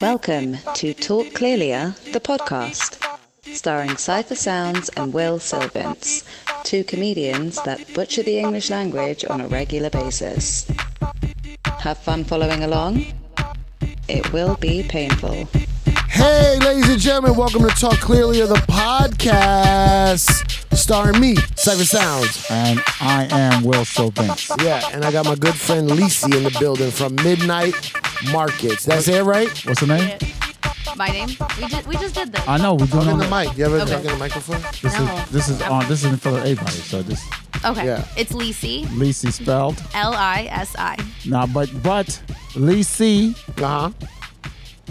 Welcome to Talk Clearlier, the podcast, starring Cypher Sounds and Will Silvins, two comedians that butcher the English language on a regular basis. Have fun following along? It will be painful. Hey, ladies and gentlemen, welcome to Talk Clearly of the podcast, starring me, Cypher Sounds. and I am Will Silvins. Yeah, and I got my good friend Lisi in the building from Midnight Markets. That's it, right? What's the name? My name? We just we just did this. I know we're doing Talk in on the the, mic. You ever Okay. talk in the microphone? this No. is this is on this isn't for everybody. So this okay. Yeah. It's Lisi. Lisi spelled L I S I. now, but but Lisi Uh huh.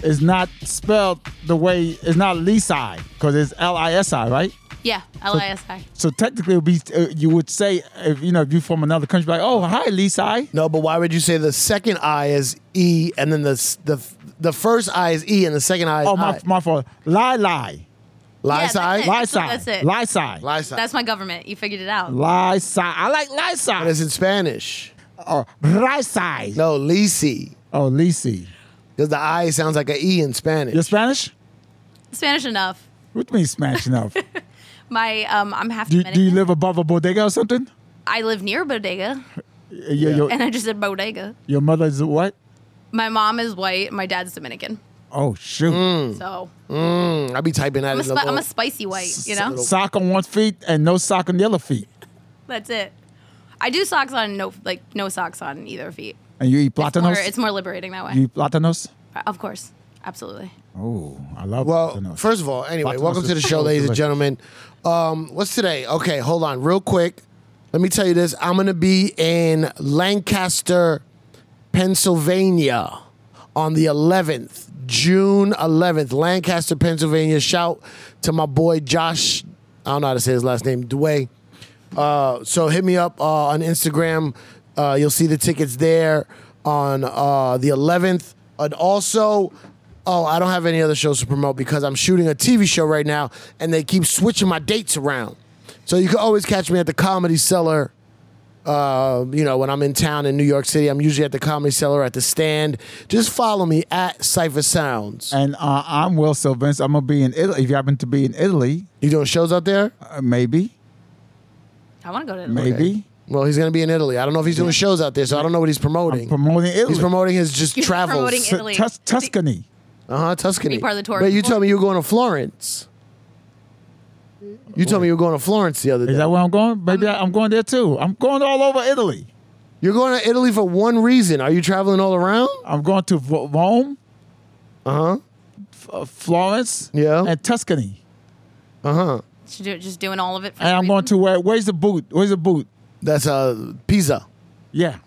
is not spelled the way it's not Lisi because it's L I S I, right? Yeah. L I S I. So technically, it would be uh, you would say if you know if you from another country, like oh hi Lisi. No, but why would you say the second I is E and then the s- the f- the first I is E and the second I is Oh my I? my fault. Lie lie Lie Yeah, side? lie that's That's what- side that's it. lie side Lie side. That's my government. You figured it out. lie side. I like lie But side it's in Spanish. or right side. No, Lisi. Oh Lisi. Because the I sounds like an E in Spanish. You Spanish? Spanish enough. What means smashing up? My um, I'm half Do, do Dominican. you live above a bodega or something? I live near bodega, Your, your, and I just said bodega. your mother is what? My mom is white. My dad's Dominican. Oh, shoot. So Hmm, Mm, I be typing that I'm a, in the spi- I'm little- a spicy white. You know. Sock on one feet and no sock on the other feet. That's it. I do socks on no like no socks on either feet. And you eat It's more, platanos? it's more liberating that way. you eat platanos? of course, absolutely. Oh, I love Well, platanos. first of all, anyway, Back to welcome us to the is show, so ladies and delicious. gentlemen. Um, what's today? Okay, hold on, real quick. Let me tell you this. I'm gonna be in Lancaster, Pennsylvania, on the 11th, June 11th, Lancaster, Pennsylvania. Shout to my boy Josh. I don't know how to say his last name. Dway. Uh, so hit me up uh, on Instagram. Uh, you'll see the tickets there on uh, the 11th. And also, oh, I don't have any other shows to promote because I'm shooting a TV show right now and they keep switching my dates around. So you can always catch me at the Comedy Cellar. Uh, you know, when I'm in town in New York City, I'm usually at the Comedy Cellar at the stand. Just follow me at Cypher Sounds. and uh, I'm Will Silvins. I'm going to be in Italy. If you happen to be in Italy, You doing shows out there? uh, maybe, I want to go to the maybe. Well, he's going to be in Italy. I don't know if he's doing shows out there, so I don't know what he's promoting. Promoting Italy. He's promoting his just He's travels. promoting T- Italy. Tus- Tuscany. Uh huh. Tuscany. Be part of the tour. But you told me you were going to Florence. You told me you were going to Florence the other Is day. that where I'm going? Maybe Um, I, I'm going there too. I'm going all over Italy. You're going to Italy for one reason. Are you traveling all around? I'm going to Ro- Rome, Uh huh. uh, Florence, Yeah. and Tuscany. Should do- Just doing all of it. For And no I'm going to reason. where? Where's the boot? Where's the boot? That's uh, Pisa. Yeah,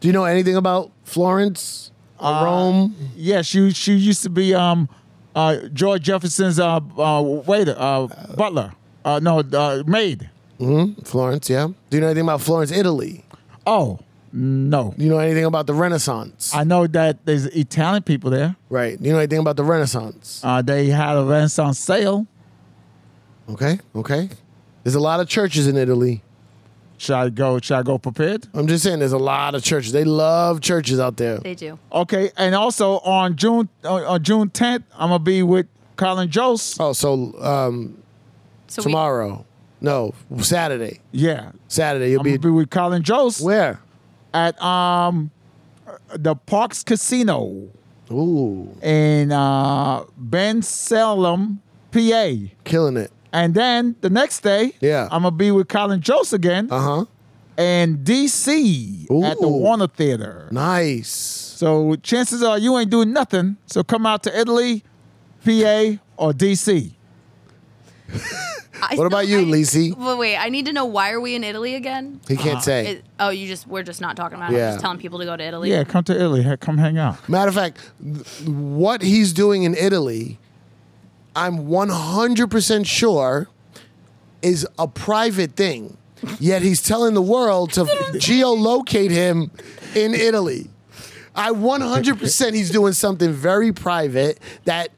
Do you know anything about Florence or Uh, Rome? yeah. She she used to be um, uh, George Jefferson's uh, uh waiter uh butler. Uh no uh, maid. Florence, yeah. Do you know anything about Florence, Italy? Oh no, Do you know anything about the Renaissance? I know that there's Italian people there. right. Do you know anything about the Renaissance? Uh, they had a Renaissance sale. Okay. Okay. There's a lot of churches in Italy. Should I go? Should I go prepared? I'm just saying, there's a lot of churches. They love churches out there. They do. Okay, and also on June on, on June 10th, I'm gonna be with Colin Jost. Oh, so um, So we- tomorrow. no, Saturday. Yeah, Saturday you'll I'm be, gonna be with Colin Jost where? at um the Parks Casino. Ooh, in uh, Ben Salem, PA. killing it. And then the next day, Yeah. I'm gonna be with Colin Jost again Uh huh. in DC at the Ooh. Warner Theater. Nice. So chances are you ain't doing nothing. So come out to Italy, PA, or DC. I What about you, I- Lisi? Well, wait. I need to know why are we in Italy again? He can't say. It- oh, you just we're just not talking about it. Yeah. I'm just telling people to go to Italy. Yeah, come to Italy. Hey, Come hang out. Matter of fact, th- what he's doing in Italy, I'm 100% sure is a private thing. Yet he's telling the world to geolocate him in Italy. I 100% he's doing something very private that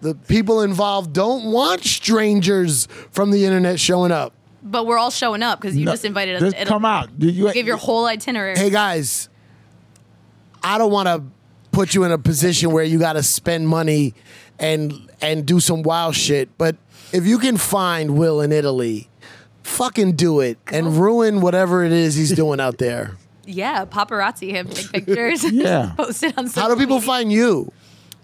the people involved don't want strangers from the internet showing up. But we're all showing up because you No, just invited us. just to Italy. come out. You, you- Give your whole itinerary. Hey guys, I don't want to put you in a position where you got to spend money and and do some wild shit. But if you can find Will in Italy, fucking do it and ruin whatever it is he's doing out there. Yeah, paparazzi him, take pictures, Yeah. post it on. How social do people media. find you?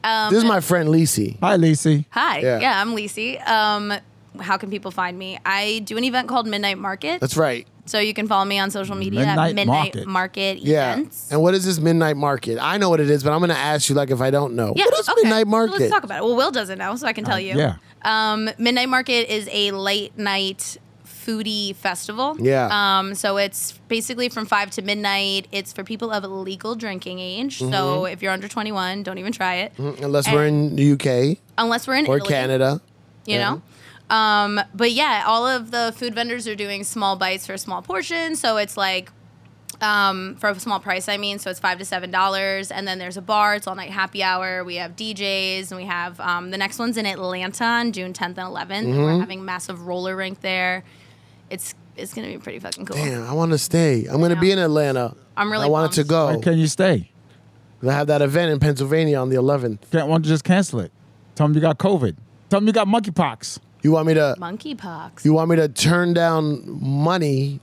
Um, this is my friend Lisi. Hi, Lisi. Hi, Yeah. yeah, I'm Lisi. Um, how can people find me? I do an event called Midnight Market, That's right. so you can follow me on social media Midnight at Midnight Market. Market, Yeah. events. And what is this midnight market? I know what it is, but I'm going to ask you like if I don't know. Yeah, what is okay. midnight So market? let's talk about it. Well, Will doesn't know, so I can tell you. yeah. Um, Midnight Market is a late night foodie festival. Yeah. Um, so it's basically from five to midnight. It's for people of legal drinking age. So Mm-hmm. if you're under 21, don't even try it. Unless we're in the UK Unless we're in Mm-hmm. or Italy, Canada. You know. Um, but yeah, all of the food vendors are doing small bites for small portions. So it's like um, for a small price, I mean, so it's five to seven dollars, and then there's a bar. It's all night happy hour. We have DJs, and we have um, the next one's in Atlanta on June 10th and 11th. and Mm-hmm. we're having massive roller rink there. It's it's gonna be pretty fucking cool. Damn, I want to stay. I'm going to be in Atlanta. I'm really I wanted to go. Why can you stay? They have that event in Pennsylvania on the 11th. Can't want to just cancel it. Tell them you got COVID. Tell them you got monkeypox. You want me to? Monkeypox. You want me to turn down money,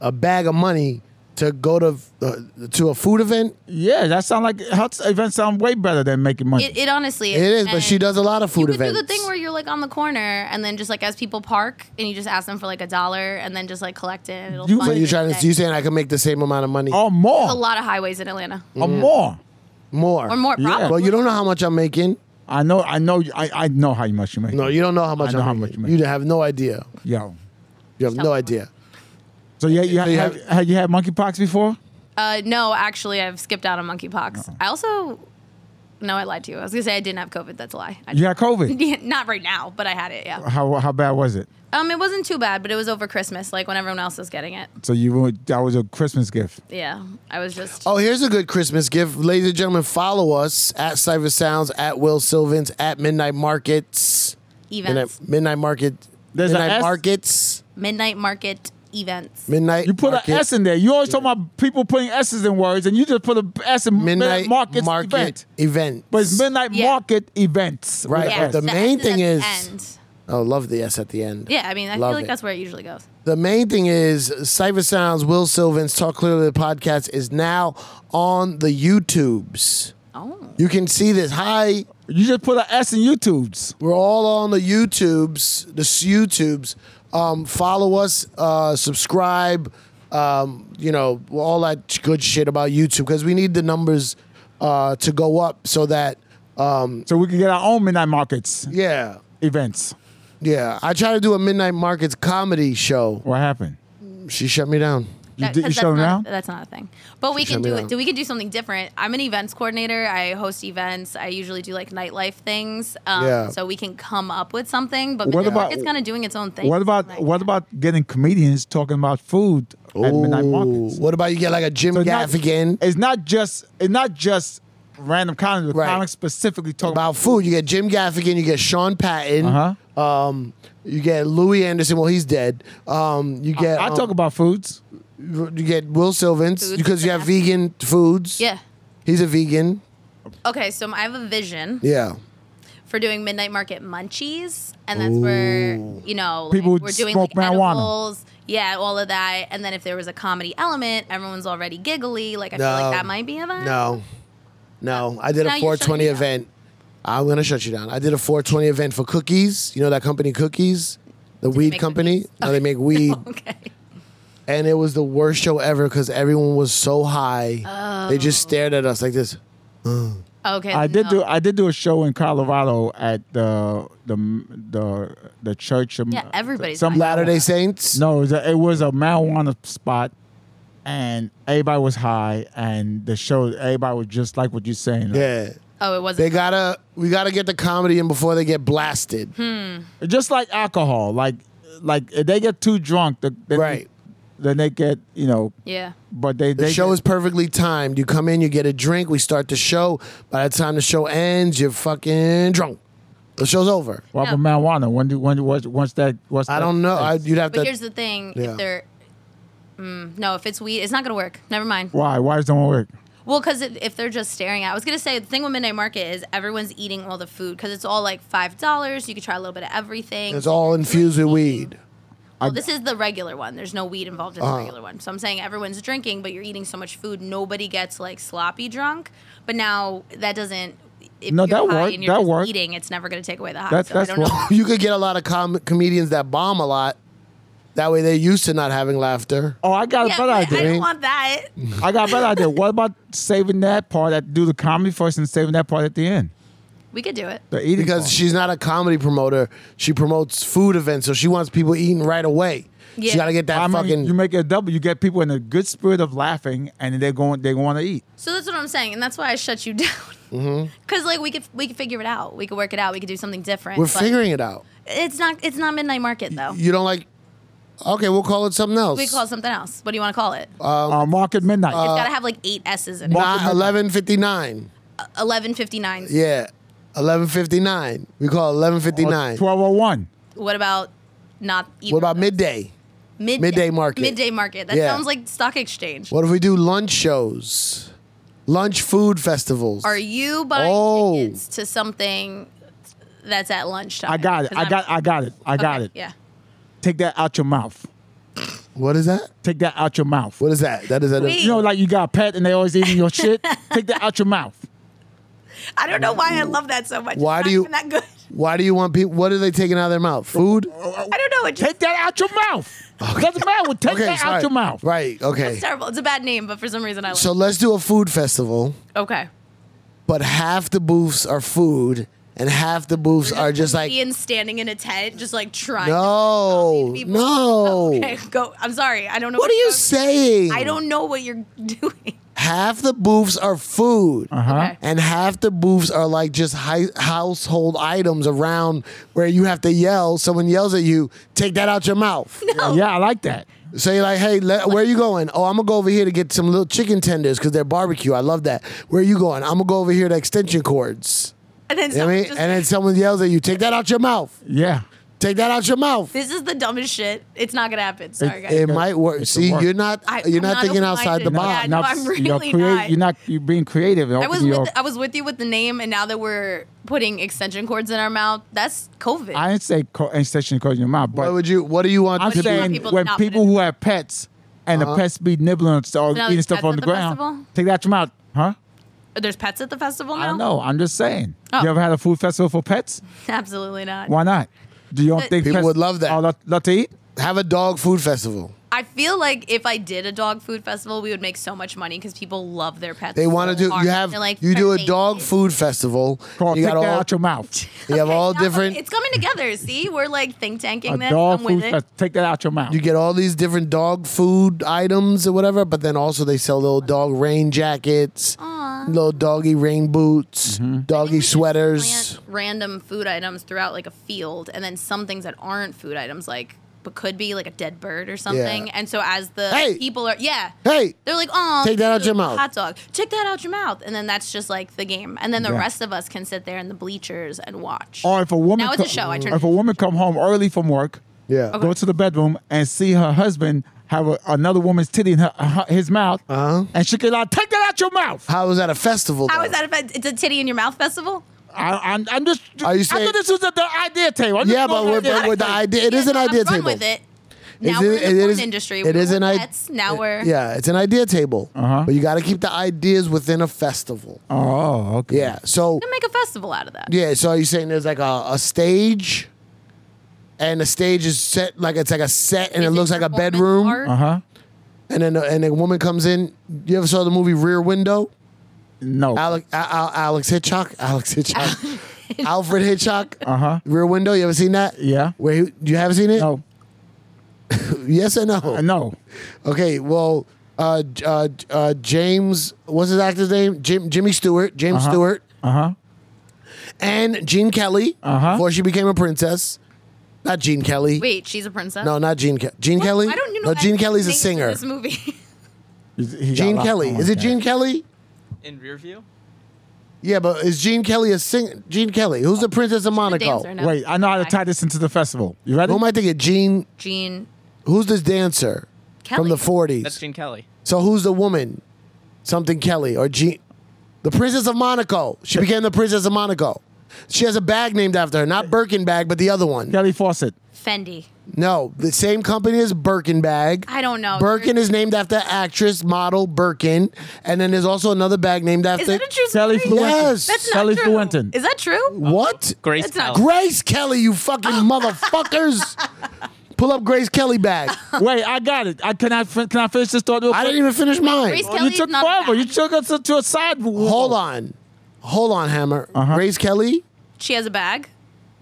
a bag of money, to go to uh, to a food event? Yeah, that sound like health events sound way better than making money. It, it honestly It is, but she and- does a lot of food you could events. do the thing where you're like on the corner, and then just like as people park, and you just ask them for like a dollar, and then just like collect it. And it'll You- fund So you're your trying day. to. You saying I can make the same amount of money or a Oh, more. lot of highways in Atlanta, Or more. more or more. Yeah. Probably. Well, you don't know how much I'm making. I know. I know. I, I know how much you make. No, you don't know how much know I'm how much making. you make. You have no idea. Yo. You have no idea. So yeah, you, ha- you have, have- have you had monkeypox before? Uh, no, actually, I've skipped out on monkeypox. I also, no, I lied to you. I was gonna say I didn't have COVID. That's a lie. I You had COVID. yeah, not right now, but I had it. Yeah. How how bad was it? Um, it wasn't too bad, but it was over Christmas, like when everyone else was getting it. So you were- that was a Christmas gift. Yeah, I was just. Oh, here's a good Christmas gift. Ladies and gentlemen, follow us at Cypher Sounds, at Will Sylvans, at Midnight Markets. And events, at Midnight Market. There's a Midnight S? Markets. midnight market events. Midnight You put market, an S in there. You always talk about people putting S's in words, and you just put an S in Midnight market Market, event. event. But it's midnight Yeah. market events. with Right, an but S. the main S thing at the is- end. Oh, love the S at the end. Yeah, I mean, I Love feel like it. that's where it usually goes. The main thing is Cypher Sounds, Will Sylvans, Talk Clearly the podcast is now on the YouTubes. Oh, You can see this. Hi, You just put an S in YouTube's. We're all on the YouTubes, the s- YouTubes. Um, follow us, uh, subscribe, um, you know, all that ch- good shit about YouTube because we need the numbers uh, to go up so that, um, So we can get our own midnight markets yeah, events. yeah. I tried to do a midnight markets comedy show. What happened? She shut me down. You, That- did, you 'cause shut them that's not- down? That's not a thing. But we shut can me do down. it. We can do something different. I'm an events coordinator. I host events. I usually do like nightlife things. Um, Yeah. So we can come up with something. But What Midnight about- Market's kind of doing its own thing. What about Like, what about getting comedians talking about food at midnight Ooh, markets? what about you get like a Jim So not- Gaffigan It's not just it's not just random comics, but Right. comics specifically talking about food? You get Jim Gaffigan, you get Sean Patton, Uh-huh. um, you get Louis Anderson. Well, he's dead. Um, you get I um, talk about foods. you get Will Sylvans Foods because you have and vegan foods. Yeah. He's a vegan. Okay. So I have a vision Yeah. for doing Midnight Market munchies, and that's where you know like, People would we're doing smoke like marijuana. edibles. Yeah, all of that. And then if there was a comedy element, everyone's already giggly. Like I feel No. like that might be a vibe. No. No. I did a Now you're shutting 420 me down. event. I'm gonna shut you down. I did a 420 event for cookies. You know that company, Cookies, the weed make company. Now they make weed, Okay. and it was the worst show ever because everyone was so high. Oh. They just stared at us like this. Okay. I did no. do I did do a show in Colorado at the the the the church. of- Yeah, everybody's some high. Latter Day Saints. No, it was, a, it was a marijuana spot, and everybody was high, and the show everybody was just like what you're saying. Yeah. Oh, it wasn't. They gotta. We gotta get the comedy in before they get blasted. just like alcohol, like like if they get too drunk, the, then, Right. Then they get you know, yeah. but they The they show get- is perfectly timed. You come in, you get a drink, we start the show. By the time the show ends, you're fucking drunk. The show's over. what about No. marijuana? When do when once once that once I don't know. I, you'd have But here's to. the thing: Yeah. if they're mm, no, if it's weed, it's not gonna work. Never mind. why why does it don't work? Well, because if they're just staring at, I was gonna say the thing with midnight market is everyone's eating all the food because it's all like five dollars. You could try a little bit of everything. It's all infused with weed. Well, this is the regular one. There's no weed involved in Uh-huh. the regular one. So I'm saying everyone's drinking, but you're eating so much food, nobody gets like sloppy drunk. But now that doesn't. If No, you're that high worked. And you're That just worked. Eating, it's never gonna take away the high. That's- so that's I don't know. what- You could get a lot of com- comedians that bomb a lot. That way, they're used to not having laughter. Oh, I got Yeah, a better but I idea. don't want that. I got a better idea. What about saving that part at do the comedy first and saving that part at the end? We could do it. The eating because part. she's not a comedy promoter. She promotes food events, so she wants people eating right away. She Yeah. got to get that I mean, fucking. you make it a double. You get people in a good spirit of laughing, and they're going. They want to eat. So that's what I'm saying, and that's why I shut you down. Because Mm-hmm. like we could we could figure it out. We could work it out. We could do something different. we're but figuring it out. It's not it's not midnight market though. You don't like? Okay, we'll call it something else. We call it something else. What do you want to call it? uh, market midnight. it's got to have like eight S's in it. not eleven fifty nine. Eleven fifty nine. Yeah, eleven fifty nine. We call eleven fifty nine. Twelve oh one. What about not? Either What about of those? midday? midday, midday market? Midday market. That Yeah. sounds like stock exchange. What if we do lunch shows, lunch food festivals? Are you buying Oh. tickets to something that's at lunchtime? I got it. 'Cause I I'm- got. I got it. I got Okay, it. Yeah. Take that out your mouth. What is that? Take that out your mouth. What is that? That is that. Wait. You know, like you got a pet and they always eating your shit. Take that out your mouth. I don't know why I love that so much. Why do It's not you- even that good? Why do you want people? What are they taking out of their mouth? Food. I don't know. It just Take that out your mouth. Doesn't matter. Take that sorry. out your mouth. Right. Okay. It's terrible. It's a bad name, but for some reason I like. So let's do a food festival. it. okay. but half the booths are food and half the booths are just like Ian standing in a tent, just like trying. no to- no Okay, go. I'm sorry. I don't know. what are you saying? saying I don't know what you're doing. half the booths are food Uh-huh. Okay. and half the booths are like just hi- household items around where you have to yell someone yells at you take that out your mouth Yeah, I like that. so you're like hey le- where you going oh i'm gonna go over here to get some little chicken tenders because they're barbecue i love that where you going i'm gonna go over here to extension cords And then you know what someone I mean? just- and then someone yells at you take that out your mouth Yeah. take that out your mouth this is the dumbest shit. It's not gonna happen. Sorry, guys. It might work. See, work. you're not I- you're I'm not, not thinking outside the box. open-minded. Yeah, no, I'm you're really creative. not. You're not. You're being creative. I was You're- with I was with you with the name, and now that we're putting extension cords in our mouth, that's COVID. I didn't say co- insertion code in your mouth, What but would you What do you want I'm to do you want saying people to when not put people in- who have pets and Uh-huh. the pets be nibbling on st- or Now eating there's stuff pets on at the the ground, festival? take that out your mouth, huh? There's pets at the festival I now. don't know. I'm just saying. Oh. You ever had a food festival for pets? Absolutely not. Why not? Do you don't But- think People pets would love that. Are lot, lot to eat? be? Have a dog food festival. I feel like if I did a dog food festival, we would make so much money because people love their pets. They want to so do. hard. You have They're like, you do a "Perfect." dog food festival. Carl, you take got that all out your mouth. you have Okay, all now different. It's coming together. See, we're like think tanking A this. dog I'm with food it. fest- Take that out your mouth. You get all these different dog food items or whatever, but then also they sell little dog rain jackets, little doggy rain boots, Mm-hmm. doggy sweaters. plant random food items throughout like a field and then some things that aren't food items like but could be like a dead bird or something Yeah. and so as the Hey! people are yeah Hey, they're like oh Take that out your mouth." hot dog take that out your mouth and then that's just like the game and then the Yeah. rest of us can sit there in the bleachers and watch or if a woman Now it's a show. I turned if a it- woman come home early from work, yeah. go to the bedroom and see her husband have a, another woman's titty in her, her- his mouth, uh-huh. and she could out, take that out your mouth. How is that a festival? how though? is that if it's a titty in your mouth festival I, I'm, I'm just. Are you I saying- thought this was the, the idea table. I'm just Yeah, going but we're, with the but with idea the table. idea, it is an idea I'm table. with it now It's- we're in it the porn is- industry it we is were an i- pets. now we're Yeah, it's an idea table. Uh-huh. But you got to keep the ideas within a festival. Oh, okay. Yeah. So gonna make a festival out of that yeah. So are you saying there's like a, a stage, and the stage is set like it's like a set, and Is it looks like a performance bedroom, art? Uh huh. and then a, and a woman comes in. You ever saw the movie Rear Window? No. Alex, Al- Al- Alex Hitchcock, Alex Hitchcock, Alfred Hitchcock. Uh huh. Rear Window. You ever seen that? Uh-huh. Yeah. Where he, you haven't seen it? no. Yes or no? Uh, no. Okay, well, uh, J- uh, J- uh, James, what's his actor's name? Jim, Jimmy Stewart, James Stewart, Uh huh. and Gene Kelly Uh-huh. before she became a princess. Not Gene Kelly. wait she's a princess No, not Gene. Ke- Gene Kelly. I don't know No, Gene any Kelly's a names in singer. this movie Gene Kelly. Is it Gene Kelly? In rear view? Yeah, but is Gene Kelly a singer? Gene Kelly. Who's the Princess of Monaco? Oh, dancer, no. Wait, I know how to tie this into the festival. You ready? Who am I thinking? Gene. Gene Who's this dancer Kelly. from the That's '40s? Gene Kelly. So who's the woman? something Kelly or Jean. The Princess of Monaco. She became the Princess of Monaco. She has a bag named after her, not Birkin bag, but the other one. Kelly Fawcett. Fendi. No, the same company as Birkin bag. I don't know. Birkin is named after actress model Birkin, and then there's also another bag named after. Is that a true Kelly story? Fluentin. Yes. That's not Kelly true. Fluentin. Is that true? What? Grace That's not Kelly. Grace Kelly, you fucking motherfuckers! Pull up Grace Kelly bag. Wait, I got it. I can I fin- can I finish this thought? real I quick? didn't even finish mine. Grace Well, Kelly's you took not a forever. You bag. took us to, to a side. wall. Hold on, hold on, Hammer. Uh-huh. Grace Kelly. She has a bag.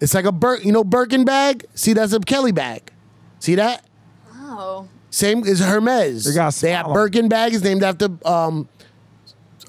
It's like a Bir- you know Birkin bag. See, that's a Kelly bag. See that? Oh. Same as Hermes. They got they have smaller. Birkin bag is named after um,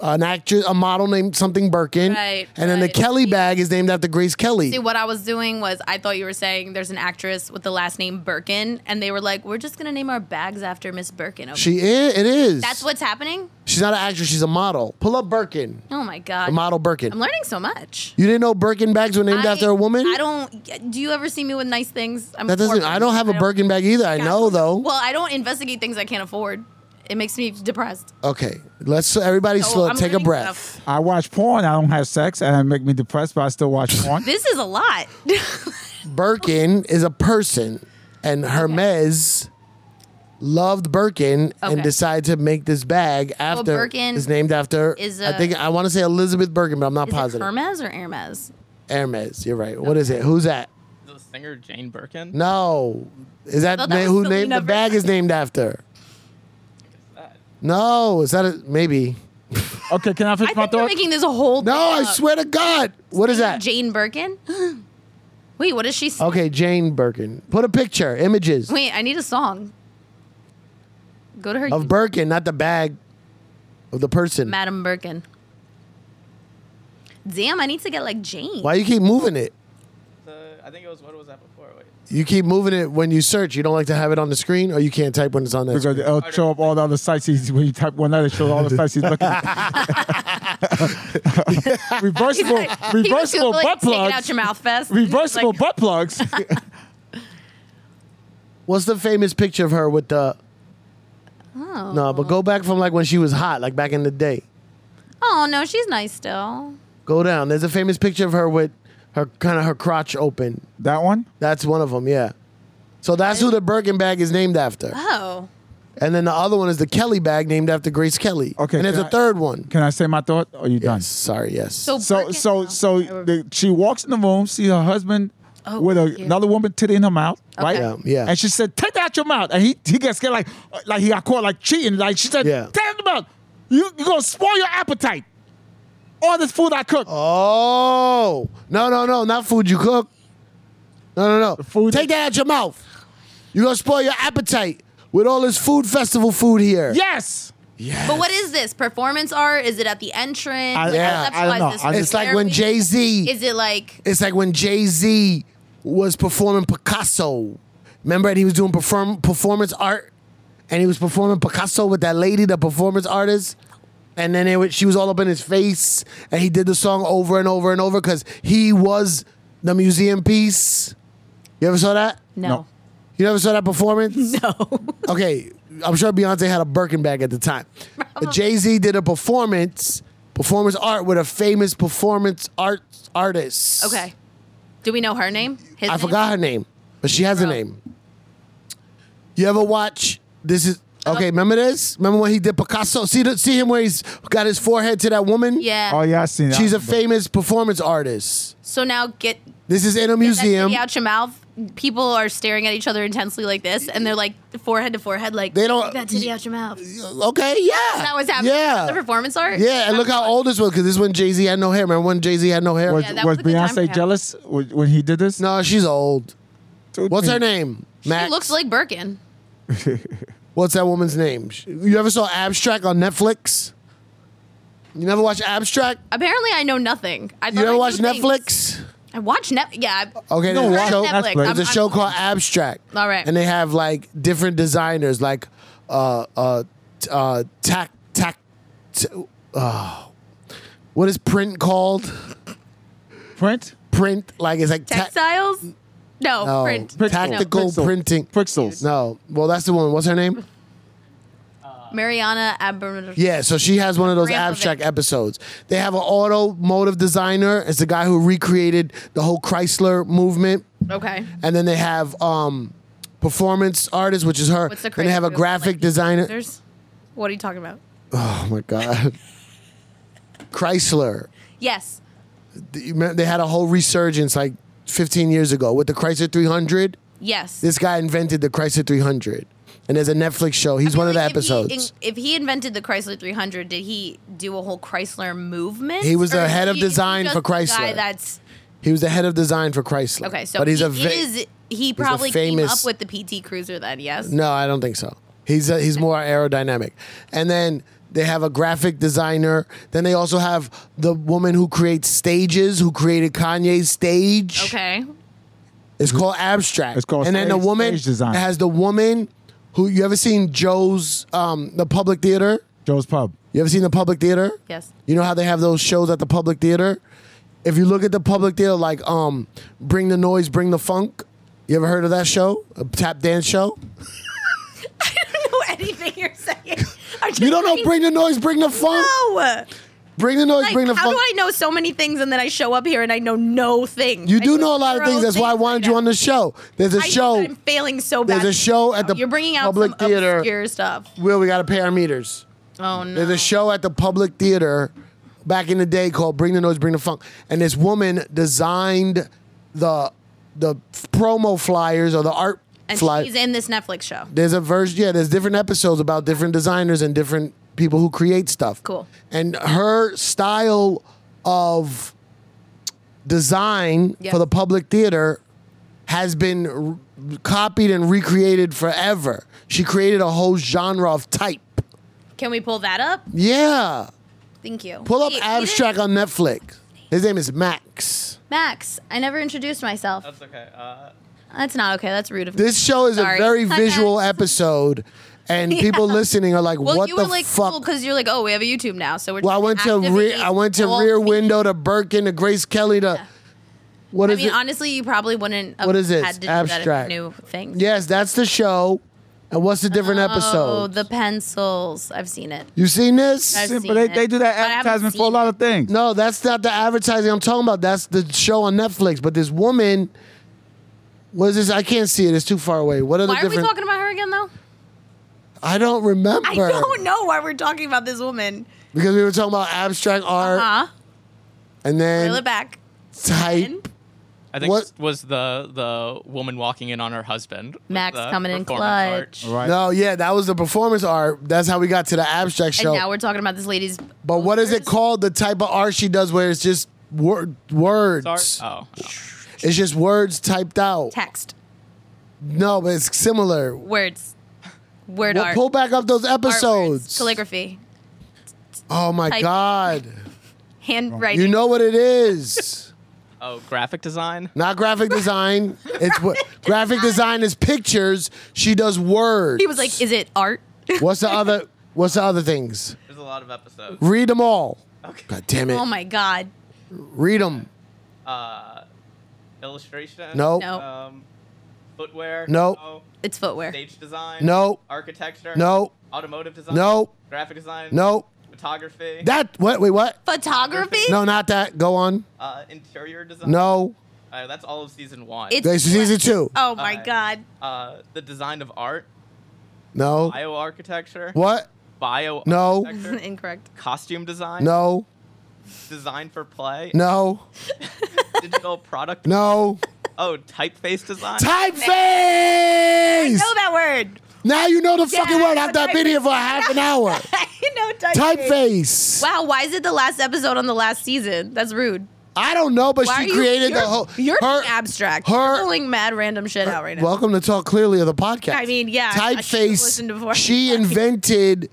an actress, a model named something Birkin. Right, And then the right. Kelly bag is named after Grace Kelly. See, what I was doing was I thought you were saying there's an actress with the last name Birkin, and they were like, we're just gonna name our bags after Miss Birkin. Okay. she is. It is. That's what's happening. She's not an actress. She's a model. Pull up Birkin. Oh my god. A model Birkin. I'm learning so much. You didn't know Birkin bags were named I- after a woman? I don't. Do you ever see me with nice things? I'm That doesn't. horrible. I don't have a Birkin bag either. I know though. Well, I don't investigate things I can't afford. It makes me depressed. Okay, let's everybody So slow. I'm Take a learning breath. stuff. I watch porn. I don't have sex, and it make me depressed, but I still watch porn. This is a lot. Birkin is a person, and Hermes loved Birkin and Okay. decided to make this bag after. Birkin is named after. is I a- think I want to say Elizabeth Birkin, but I'm not is it positive. Hermes or Hermes? Hermes. You're right. What is it? Who's that? The singer Jane Birkin. No, is that, thought na- that was who Selena named the Virgin. bag is named after? No, is that a, maybe? Okay, can I finish I my think we're thought? making this a whole. No, I swear to God. What is that? Uh, Jane Birkin. Wait, what is she? s- Okay, Jane Birkin. Put a picture, images Wait, I need a song. Go to her. of Birkin, not the bag of the person. Madam Birkin. Damn, I need to get like Jane. Why you keep moving it? The- I think it was what was that before? Wait. You keep moving it when you search. You don't like to have it on the screen, or you can't type when it's on that. Because Screen. it'll uh, show up all the other sites. He's, when you type one out, it shows all the sites he's looking at. reversible, He was reversible Googling, butt "Take it plugs. out your mouth fest. Reversible Like, butt plugs. What's the famous picture of her with the? Oh. No, but go back from like when she was hot, like back in the day. Oh no, she's nice still. Go down. There's a famous picture of her with her kind of her crotch open. that one. That's one of them. Yeah. So that's who the Birkin bag is named after, Oh, and then the other one is the Kelly bag named after Grace Kelly. Okay, And there's can a I- third one. Can I say my thought? Or are you done? Yes. Sorry. Yes. so So Birkin- so oh. so the, she walks in the room, see her husband Oh, with a, cute. another woman titty in her mouth, right? Yeah, yeah. And she said, "Take that out your mouth." And he he gets scared, like like he got caught like cheating. Like she said, Yeah. "Take it out your mouth. You you gonna spoil your appetite. All this food I cook. Oh no no no! Not food you cook. No no no! food- Take that out your mouth. You gonna spoil your appetite with all this food festival food here. Yes, But what is this performance art? Is it at the entrance? I- Like, yeah, conceptualize I don't know. this I'm it's like when therapy? Jay Z. Is it like It's like when Jay Z was performing Picasso. Remember, and he was doing perform performance art, and he was performing Picasso with that lady, the performance artist. And then it was, she was all up in his face, and he did the song over and over and over because he was the museum piece. You ever saw that? no? No. You never saw that performance? No. okay, I'm sure Beyonce had a Birkin bag at the time. Jay Z did a performance, performance art with a famous performance art artist. Okay. Do we know her name? His I name? forgot her name, but she has a Bro. name. You ever watch? This is okay. Remember this? Remember when he did Picasso? See the, see him where he's got his forehead to that woman. Yeah. oh yeah, I seen that. She's a famous performance artist. So now get This is in a get that museum. titty out your mouth. People are staring at each other intensely like this, and they're like forehead to forehead, like They don't- "Get that titty out your mouth. Is Okay, yeah. that what's happening? Yeah. The performance art. Yeah, and look how old this was because this is when Jay Z had no hair. Remember when Jay Z had no hair? was Yeah, that was was a good time for Beyonce him. jealous when when he did this? No, she's old. What's her name? Max. She looks like Birkin. What's that woman's name? Sh- You ever saw Abstract on Netflix? You never watch Abstract? Apparently, I know nothing. I You thought I ever knew watch things. Netflix? Oh, I watch Net. Yeah. I- Okay, No, there's a watch show, Netflix. there's a I'm- show I'm- called Abstract. All right. And they have like different designers, like uh uh t- uh tac tac. T- oh, what is print called? Print Print like it's like ta- Textiles? No, no, print. tactical Pixel. printing. Pixels. No, well that's the woman. What's her name? Mariana Abram. Yeah, so she has one of those Rampovic. abstract episodes. They have an automotive designer. It's the guy who recreated the whole Chrysler movement. Okay. And then they have um, performance artist, which is her. What's the and they have a Chrysler graphic like? designer. There's. What are you talking about? Oh my god, Chrysler. Yes. You remember They had a whole resurgence like 15 years ago with the Chrysler 300. Yes. This guy invented the Chrysler 300, and there's a Netflix show. He's one of the Like, if he episodes. in- if he invented the Chrysler 300, did he do a whole Chrysler movement? He was the Or is head of he- is he design just for the guy Chrysler. that's He was the head of design for Chrysler. okay. So but he's he a ve- is. He probably famous- came up with the PT Cruiser then. Yes. No, I don't think so. He's uh he's more aerodynamic. And then they have a graphic designer. Then they also have the woman who creates stages, who created Kanye's stage. Okay. It's called abstract. It's called and then the stage- woman stage design. it has the woman who you ever seen Joe's um, the public theater. Joe's Pub. You ever seen the public theater? Yes. You know how they have those shows at the public theater. If you look at the public theater, like um, bring the noise, bring the funk. You ever heard of that show? A tap dance show. I don't know anything you're saying. I'm just You don't know. saying Bring the noise, bring the funk. No. Bring the noise, Like, bring the how funk. do I know so many things and then I show up here and I know no things? you I do know a lot of zero things. That's why I wanted right you now. on the show. There's a I know, show. but I'm failing so bad. There's a show at the You're bringing out public some theater. obscure stuff. Will, we got to pay our meters. Oh no. There's a show at the public theater back in the day called Bring the Noise, Bring the Funk. And this woman designed the the promo flyers or the art and flyers. she's in this Netflix show. there's a version yeah there's different episodes about different designers and different people who create stuff Cool. and her style of design Yeah. for the public theater has been r copied and recreated forever she created a whole genre of type Can we pull that up? yeah Thank you. pull up He- he didn't- abstract on netflix his name is max Max, I never introduced myself. That's okay. Uh, That's not okay. That's rude of me. this show is Sorry. a very Hi, visual guys. episode and people listening are like Well, what you the were like fuck because you're like, oh, we have a YouTube now, so we're. Well, I just went to activate re- I went to all Rear people. Window to Birkin to Grace Kelly to what I is mean, it? honestly, you probably wouldn't. Have What is this? Had to do Abstract. That if you knew things. yes, that's the show. And what's the different Oh, episode? the pencils. I've seen it. you seen this? But I've they, seen they it, do that but I haven't advertisement for a seen lot of things. no, that's not the advertising I'm talking about. That's the show on Netflix. But this woman, what is this? I can't see it. It's too far away. What are Why the are we different? talking about her again, though? I don't remember. I don't know why we're talking about this woman. Because we were talking about abstract art Huh? and Reel it then back. type. I think What- this was the the woman walking in on her husband. with Max the coming in performance Oh. clutch. art. Right. No, yeah, that was the performance art. That's how we got to the abstract And show. now we're talking about this lady's. But what is it called? The type of art she does where it's just wor- words. Sorry. Oh, oh. It's just words typed out. Text. No, but it's similar. Words. Word Well, art. pull back up those Art words. episodes. Calligraphy. Oh my Type. God. Handwriting. You know what it is. oh, graphic design. Not graphic design. It's what graphic design is pictures. She does words. He was like, is it art? What's the other what's the other things? There's a lot of episodes. Read them all. Okay. God damn it. oh my God. Read them. Uh, illustration. No. No. Um, footwear. Nope. No. It's footwear. Stage design. Nope. Architecture. Nope. Automotive design. Nope. Graphic design. Nope. Photography. That what wait what? Photography? No, not that. Go on. uh, interior design. No. Uh, that's all of season one. It's This is easy too. Oh my Alright. God. uh, the design of art, No. bioarchitecture, What? bio No. architecture, Incorrect. costume design, No. design for play, No. digital product. No. Oh, typeface design. Typeface! Know that word. Now you know the fucking Yeah, word after I've been here for half an hour. I know typeface. Typeface. Wow, why is it the last episode on the last season? That's rude. I don't know, but Why she are you- created the you're- whole. You're her- being abstract. her- you're pulling mad random shit out right now. Welcome to Talk Clearly of the podcast. I mean, yeah, I should've listened before. Typeface. She invented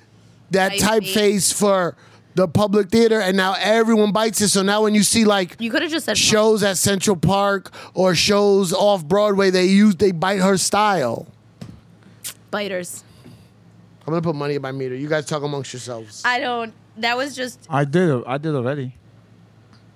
that Typeface. typeface for the public theater, and now everyone bites it. So now when you see like You could have just said shows at Central Park or shows off Broadway, they use they bite her style. biters. I'm gonna put money in my meter. You guys talk amongst yourselves. I don't. That was just. I did. I did already.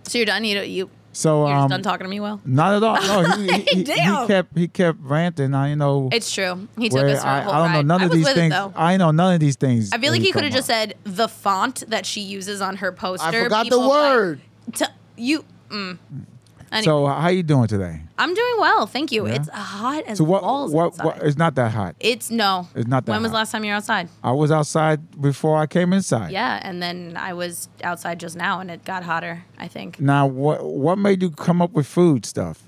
So you're done. You don't, you So You're just um, done talking to me, Will. not at all. No, he, he, he- he Damn. kept he kept ranting. I you know. It's true. He took where us through I, a whole I don't know ride. none I of was these with things. It, though. I know none of these things. I feel like he could come have just up. said the font that she uses on her poster. I forgot the People, like, uh, word. to- you. Mm. Anyway, So how you doing today? I'm doing well, thank you. It's hot as So what? balls What? outside. what it's not that hot. it's no. It's not that When was hot. the last time you were outside? I was outside before I came inside. Yeah, and then I was outside just now, and it got hotter. I think. Now what? What made you come up with food stuff?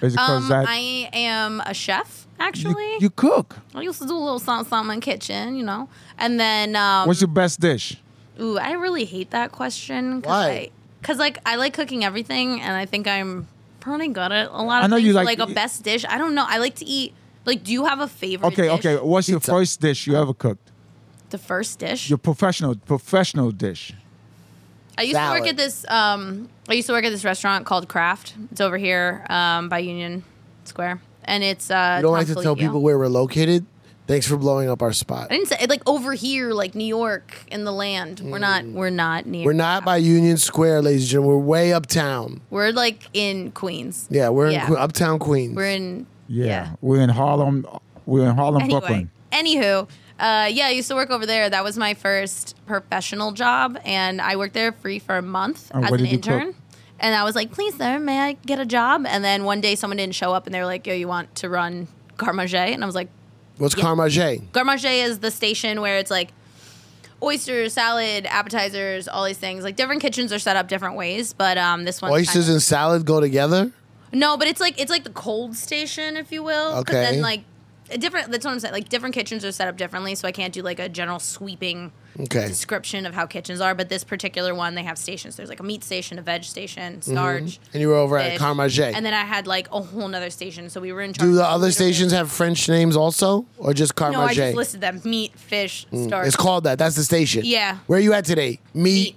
Is it because Um, that I am a chef, you, actually. you cook? I used to do a little something, something in the kitchen, you know. And then, um, What's your best dish? ooh, I really hate that question. Cause Why? Because like I like cooking everything, and I think I'm pretty good at a lot I of. know things, you but, like- like e-, a best dish. I don't know. I like to eat. Like, do you have a favorite? Okay, dish? okay. What's your Pizza. first dish you ever cooked? The first dish. Your professional professional dish. I used to Salad. work at this. Um, I used to work at this restaurant called Craft. It's over here um, by Union Square, and it's. Uh, I don't like Tom to tell Colicchio. people where we're located. Thanks for blowing up our spot. I didn't say like over here, like New York in the land. We're not. We're not near. Mm. We're not by Union Square, ladies and gentlemen. We're way uptown. We're like in Queens. Yeah, we're in Yeah. Que- uptown Queens. We're in. Yeah. We're in Harlem. We're in Harlem, Anyway. Brooklyn. Anywho. Uh, yeah, I used to work over there. That was my first professional job, and I worked there free for a month And as what an Oh, did you cook? intern. And I was like, "Please, sir, may I get a job?" And then one day, someone didn't show up, and they were like, "Yo, you want to run Carmage?" And I was like, What's Carmage? Garmage is the station where it's like oysters, salad, appetizers, all these things. Like different kitchens are set up different ways, but um, this one Oysters and salad go together? no, but it's like it's like the cold station, if you will. Okay. Okay. Then like a different. That's what I'm saying. Like different kitchens are set up differently, so I can't do like a general sweeping Okay. description of how kitchens are. But this particular one, they have stations. There's like a meat station, a veg station, starch. Mm-hmm. And you were over at fish. Carmage. And then I had like a whole nother station, so we were in charge. Do the of other literally- stations have French names also? Or just Carmage? No, I just listed them: meat, fish, starch. Mm, it's called that. That's the station. Yeah. Where you at today? Meat. Meat.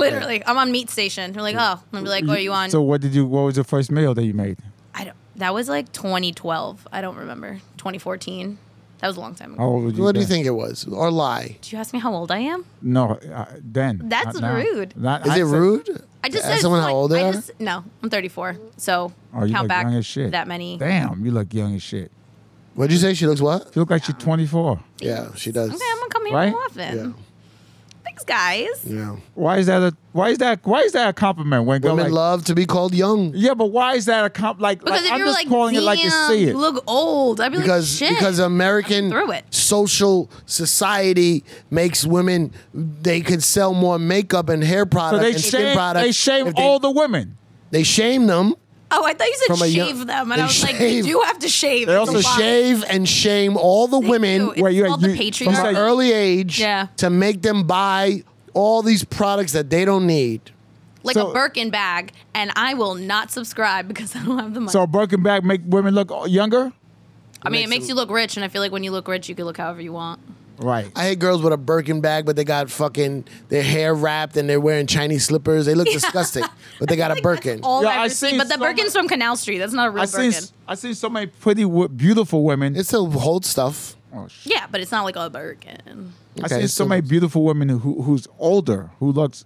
Literally, I'm on meat station. They're like, oh, and I'm like, what are you on? So what did you? What was the first meal that you made? I don't. That was like 2012. I don't remember. 2014. That was a long time ago. How old were you? What do you then? think it was? Or lie? Did you ask me how old I am? No, uh, then. That's not now. rude. Not- Is I it said- rude? I just To said ask someone like, how old they I are? just no. I'm 34. So Oh, you count look back young as shit. that many. Damn, you look young as shit. What'd you say? She looks what? You look like you're 24. Yeah, she does. Okay, I'm gonna come here Right? more often. Thanks, guys. Yeah. Yeah. Why is that a? Why is that? Why is that a compliment? When girl Women like, love to be called young. Yeah, but why is that a comp? Like, Because like, if I'm you were just like, calling it like you damn, see it. you look old, I'd be because like, shit. because American through it. social society makes women they could sell more makeup and hair so product they and shame, skin product. they shame if all the women. they shame them. oh, I thought you said From a shave young- them, and they I was like, shave. you do have to shave. They It's also a They lot. shave and shame all the women Ew, It's Wait, you- called you- the from patriarchy. from an Say- early age Yeah. to make them buy all these products that they don't need. like So- a Birkin bag, and I will not subscribe because I don't have the money. So Birkin bag make women look younger. I mean, it makes makes you look rich, and I feel like when you look rich, you can look however you want. Right. I hate girls with a Birkin bag, but they got fucking their hair wrapped and they're wearing Chinese slippers. They look disgusting, but they got a Birkin. All Yeah, I've I ever seen seen, but the so Birkin's much- from Canal Street. That's not a real I Birkin. seen I seen so many pretty wo- beautiful women. It still holds stuff. oh, shit. yeah, but it's not like a Birkin. I Okay, seen so- so many beautiful women who who's older who looks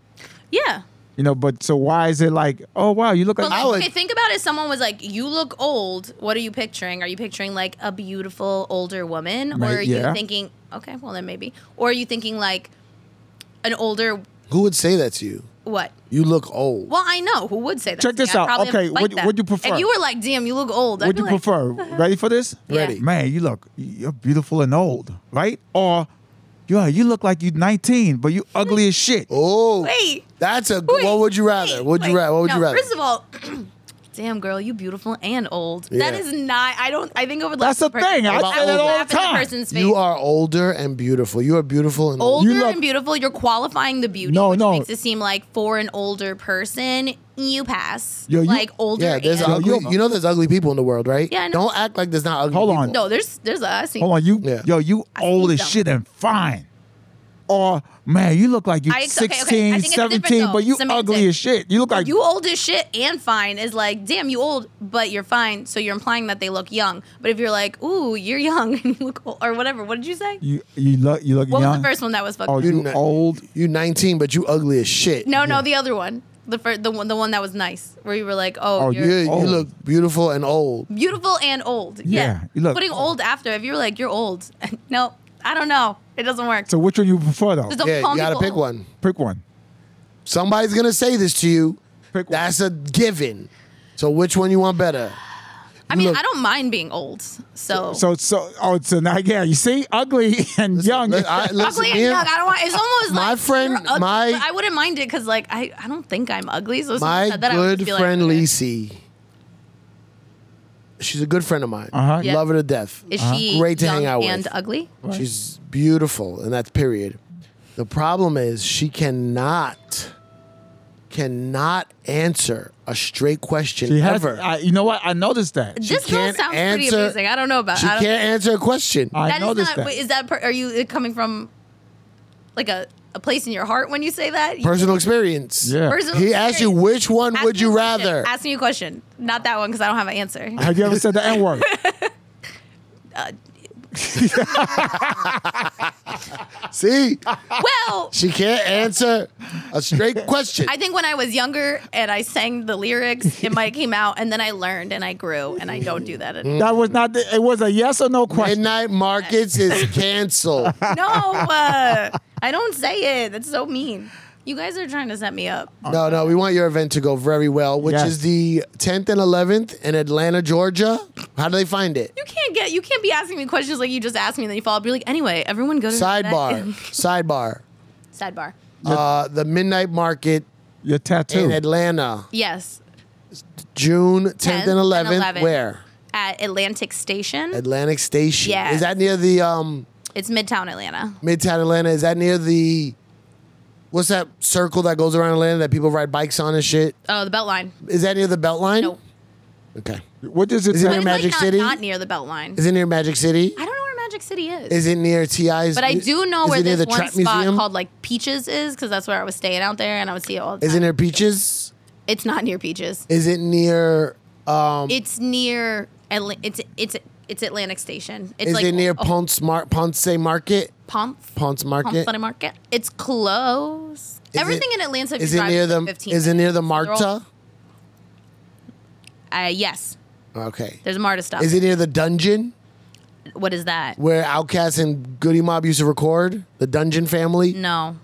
Yeah. you know. But so why is it like oh wow you look But like like, I would- okay, think about it. Someone was like, "You look old. What are you picturing? Are you picturing like a beautiful older woman, Right, or are yeah. you thinking, okay, well then maybe, or are you thinking like an older Who would say that to you? what? You look old. Well, I know who would say that. Check to me. this I'd out. probably have to Okay, fight would- that. would you prefer? If you were like, "Damn, you look old," I'd Would be you like, prefer? Ready for this? Yeah. Ready. Man, you look you're beautiful and old, right? Or yeah, you look like you're 19, but you ugly as shit. Oh, Wait. That's a. Wait, what would you rather? wait, would you wait. rather? What would No, you rather? First of all, damn girl, you beautiful and old. That Yeah. is not. I don't. I think I would. That's laugh the in the thing. I person's say face. that all Laugh the in time. person's face. you are older and beautiful. You are beautiful and old. older You look- and beautiful. You're qualifying the beauty, No, which no. makes it seem like for an older person, you pass. Yo, you- like older. Yeah, there's and, ugly. You, know, there's ugly people in the world, right? Yeah, I know. Don't act like there's not ugly. Hold on. people. no. There's there's a. I see. Hold on, you Yeah. yo, you old as them. shit and fine. Or man, you look like you're I ex- okay, okay. I 16, think it's different, 17, though. but you ugly Semantic. as shit. You look like You old as shit and fine is like, damn, you old, but you're fine. So you're implying that they look young. But if you're like, ooh, you're young and you look old, or whatever, what did you say? you you look you look What young. was the first one that was fucked? Oh, up? you You're not- old. You 19, but you ugly as shit. No, no, the other one. The first, the one, the one that was nice, where you were like, "Oh, Oh, You, you're you old. look beautiful and old. beautiful and old." Yeah, Yeah, you look putting old after. If you were like, "You're old," no, I don't know. It doesn't work. So which one you prefer though? Just don't Yeah, call you gotta people pick old. one. Pick one. Somebody's gonna say this to you. Pick one. That's a given. So which one you want better? I mean, Look. I don't mind being old. So, So so oh so now yeah you see ugly and young. Look, I- listen, ugly and me and- young. I don't want. It's almost My like friend- you're ugly, my- but I wouldn't mind it because like I, I don't think I'm ugly. So if someone my said that, I would good just be friend like, okay. Lisi. She's a good friend of mine. Uh-huh. Yeah. Love her to death. Uh-huh. Is she Great to young hang out and with. ugly? She's beautiful, and that's period. The problem is she cannot, cannot answer a straight question She has, ever. I, you know what? I noticed that. This girl can't sounds pretty answer- amazing. I don't know about. she I don't, can't answer a question. I That is noticed not. that. Wait, is that? Per, are you uh, coming from, like a, a place in your heart when you say that? You- Personal experience. Yeah. personal He asked you experience. which one Ask would me a you question. rather? Ask me a question. Not that one because I don't have an answer. Have you ever said the N word? See, well, she can't answer a straight question. I think when I was younger and I sang the lyrics, it might came out, and then I learned and I grew, and I don't do that anymore. that was not. The, it was a yes or no question. Midnight markets is canceled. no, uh, I don't say it. That's so mean. You guys are trying to set me up. No, no, we want your event to go very well, which Yes. is the 10th and 11th in Atlanta, Georgia. How do they find it? You can't get. You can't be asking me questions like you just asked me, and then you follow up. You're like, anyway, everyone go to the Sidebar, next- sidebar. Sidebar. Uh, the Midnight Market Your tattoo. in Atlanta, Yes, June 10th, and 11th. 11th. Where? at Atlantic Station. Atlantic Station. Yes. Is that near the um, It's Midtown Atlanta. Midtown Atlanta? Is that near the what's that circle that goes around Atlanta that people ride bikes on and shit? Oh, the Beltline. Is that near the Beltline? Nope. Okay. what is it? Is it But in tattoo? it's Magic like not, City? not near the Beltline. Is it near Magic City? I don't know where Magic City is. Is it near TI's? but I do know is where it near this the one Trap spot Museum? called like Peaches is, because that's where I was staying out there, and I would see it all the Is time. it near Peaches? it's not near Peaches. Is it near? Um, It's near. Atla- it's it's it's Atlantic Station. It's is like it near a- Ponce, Mar- Ponce Market? Pomp Ponce Pomp Market. Funny Market. It's close. it- Everything in Atlanta. If Is you it drive, near is like the? 15 Is it near the minutes. They're all- Marta? Uh, yes, Okay. there's a Marta stop. Is it near the dungeon what is that? where Outkast and Goody Mob used to record? The Dungeon Family. No,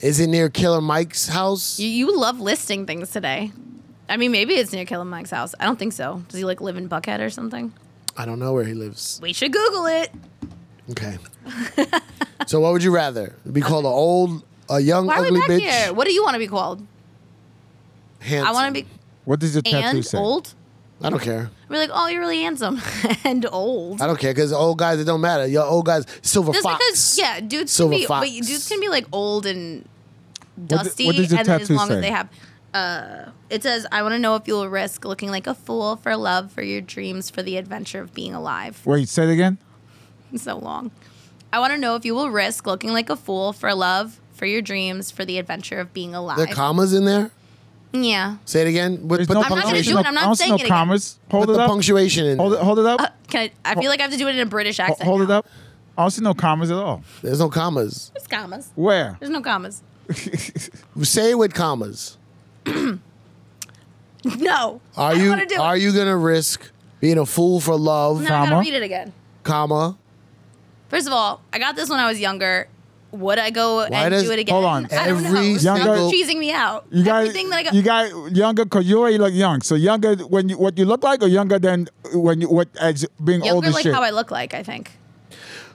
Is it near Killer Mike's house? You, you love listing things today. I mean, maybe it's near Killer Mike's house. I don't think so. Does he like live in Buckhead or something? I don't know where he lives. We should Google it. Okay. so what would you rather be called? An old, a young, Why are ugly we back bitch? here? What do you want to be called? Handsome. I want to be What does your tattoo and say? old. I don't care. We're like, oh, you're really handsome and old. I don't care because old guys it don't matter. Your old guys, Silver Just Fox. because, yeah, dudes Silver can be, Fox. but dudes can be like old and d- dusty, what does your and then as tattoo long say? as they have. Uh, it says, "I want to know if you'll risk looking like a fool for love, for your dreams, for the adventure of being alive." Wait, say it again. so long. I want to know if you will risk looking like a fool for love, for your dreams, for the adventure of being alive. There are commas in there. yeah. Say it again. With, There's put no the I'm not gonna punctuation. do it. I'm not I don't see saying no it again. commas. Hold put it the up. punctuation in. Hold it. there. Hold it up. Uh, can I? I feel like I have to do it in a British accent. Hold it now. up. I don't see no commas at all. There's no commas. There's commas. Where? There's no commas. Say it with commas. No. I Are don't you wanna do are it. you gonna risk being a fool for love, No, I comma? gotta read it again. comma? First of all, I got this when I was younger. Would I go and does- do it again? hold on. I don't Every know. Stop single- cheesing me out. You got Everything that I got. you got younger because you already look young. So younger when you what you look like, or younger than when you what as being old younger, as like shit. how I look like. I think.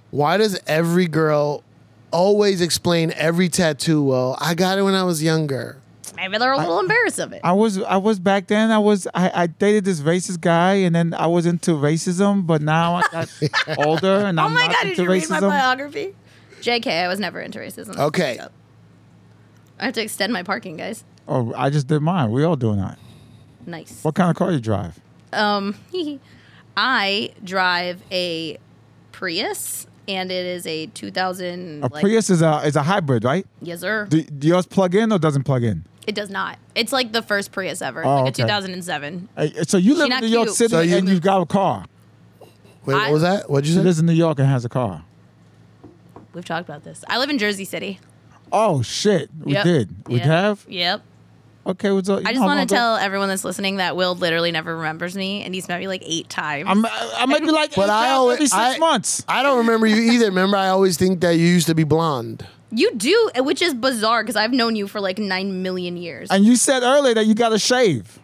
Why does every girl always explain every tattoo? Well, I got it when I was younger. Maybe they're a little embarrassed of it. I was I was back then. I was I, I dated this racist guy, and then I was into racism. But now I got older, and oh I'm my not god! Did into you read racism. my biography? Jk, I was never into racism. Okay. I have to extend my parking, guys. oh, I just did mine. We all doing that. Nice. What kind of car you drive? Um, I drive a Prius, and it is a 2000. A like, Prius is a is a hybrid, right? Yes, sir. Do, do yours plug in or doesn't plug in? it does not. It's like the first Prius ever, Oh, like okay. a 2007. Uh, So you live in not New York cute. City So you- and you've got a car. Wait, I- what was that? What'd She you say? lives in New York and has a car. We've talked about this. I live in Jersey City. Oh shit, we Yep. did. We Yep. have. Yep. Okay, what's up? I just want to tell everyone that's listening that Will literally never remembers me, and he's met me like eight times. I'm, I might be like, But I always every six I, months. I don't remember you either. Remember, I always think that you used to be blonde. you do, which is bizarre because I've known you for like nine million years. And you said earlier that you got to shave.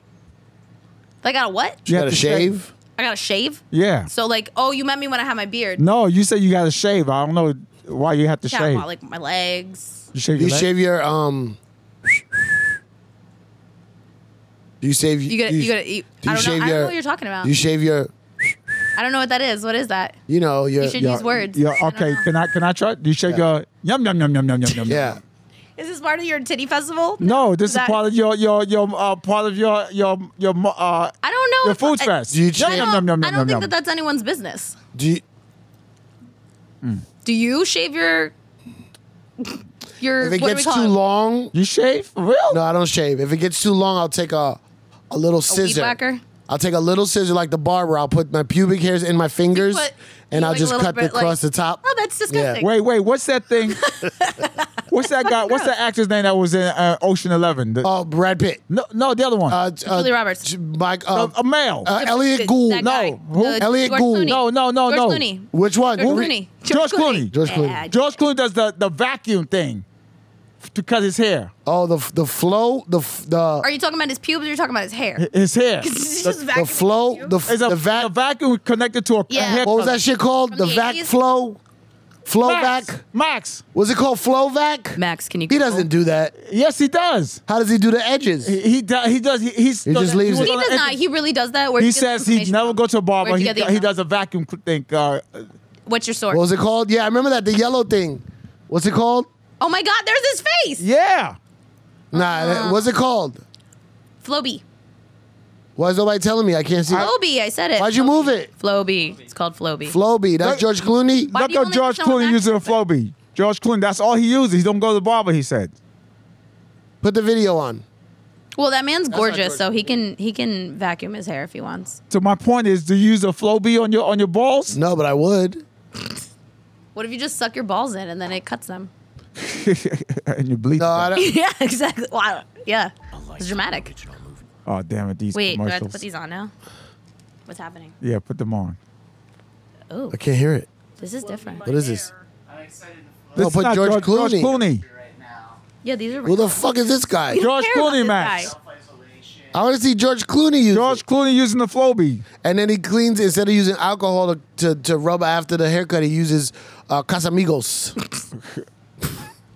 I got a what? You You have got a to shave. shave. I got a shave. Yeah. So like, oh, you met me when I had my beard. No, you said you got to shave. I don't know why you have to yeah, shave. well, like my legs. you shave Do your you leg? shave your um? Do you shave? You gotta, you, gotta. You, do you I don't know. shave I don't know your- what you're talking about. Do you shave your? I don't know what that is. What is that? You know your. You should your- use words. Yeah, I don't okay. know. Can I can I try? Do you shake your yum yum yum yum yum yum yum? yeah. Is this part of your titty festival? No, this is That- part of your your your uh, part of your your your mo- uh I don't know. your if- food I- fest. Do you Yum, shave- I yum, don't- yum, yum, I yum, don't think yum. that that's anyone's business. Do you, Do you shave your your? if it what do we gets call too long, You shave? For Real? no, I don't shave. If it gets too long, I'll take a a little scissor. whacker? I'll take a little scissor like the barber. I'll put my pubic hairs in my fingers, put- and you I'll like a just little cut bit, the across like- the top. Oh, that's disgusting. Wait, wait. What's that thing? what's that guy? What's that actor's name that was in uh, Ocean Eleven? The- Oh, Brad Pitt. no, no, the other one. Uh, uh, Julie Roberts. J- Mike. Uh, a, a male. uh, Elliot That Gould. guy. No, who? The Elliot George Gould. Clooney. No, no, no, George no. Clooney. Which one? George Who- Clooney. George Clooney. George Clooney. Yeah, George Clooney does the, the vacuum thing f- to cut his hair. Oh, the the flow, the f- the Are you talking about his pubes or are you talking about his hair? His hair. It's the, just the vacuuming flow, you. the f- it's a, the a vac. vacuum connected to a, Yeah. hair. What was that shit called? From The the vac 80s? flow, flow Max. vac. Max. Was it called flow vac? Max, can you? He doesn't do that. Yes, he does. How does he do the edges? He, he does. He does. He, he's, He just leaves was it. He on does the- not. He really does that. Where he gets says he information never from? go to a barber. Where'd you He, get the he email? does a vacuum cl- thing. Uh, What's your What source? was it called? Yeah, I remember that. The yellow thing. What's it called? Oh my God! There's his face. yeah. Uh-huh. Nah, that- what's it called? Floby. Why is nobody telling me? I can't see. it. Floby. I said it. Why'd you move it? Floby. It's called Floby. Flowbee. That's George Clooney. Why do you Look up only George put someone Clooney back using a to the flow beat. George Clooney, that's all he uses. He don't go to the barber, he said. Put the video on. well, that man's not gorgeous, George so he can he can vacuum his hair if he wants. So my point is, do you use a flow beat on your on your balls? No, but I would. What if you just suck your balls in and then it cuts them? and you bleed. Mm. No, I don't. yeah, exactly. Wow. Yeah. It's dramatic. Oh damn it, these Wait, do I commercials. have to put these on now? What's happening? Yeah, put them on. Oh, I can't hear it. this is different. What is this? I'm excited to No, This is put not George Clooney. George Clooney. fly right now. Yeah, these are. Who the fuck is this guy? George care about Clooney, this Max. guy. Self-isolation. I want to see George Clooney use it. George Clooney using the flow beat. And then he cleans instead of using alcohol to, to, to rub after the haircut, he uses uh, Casamigos.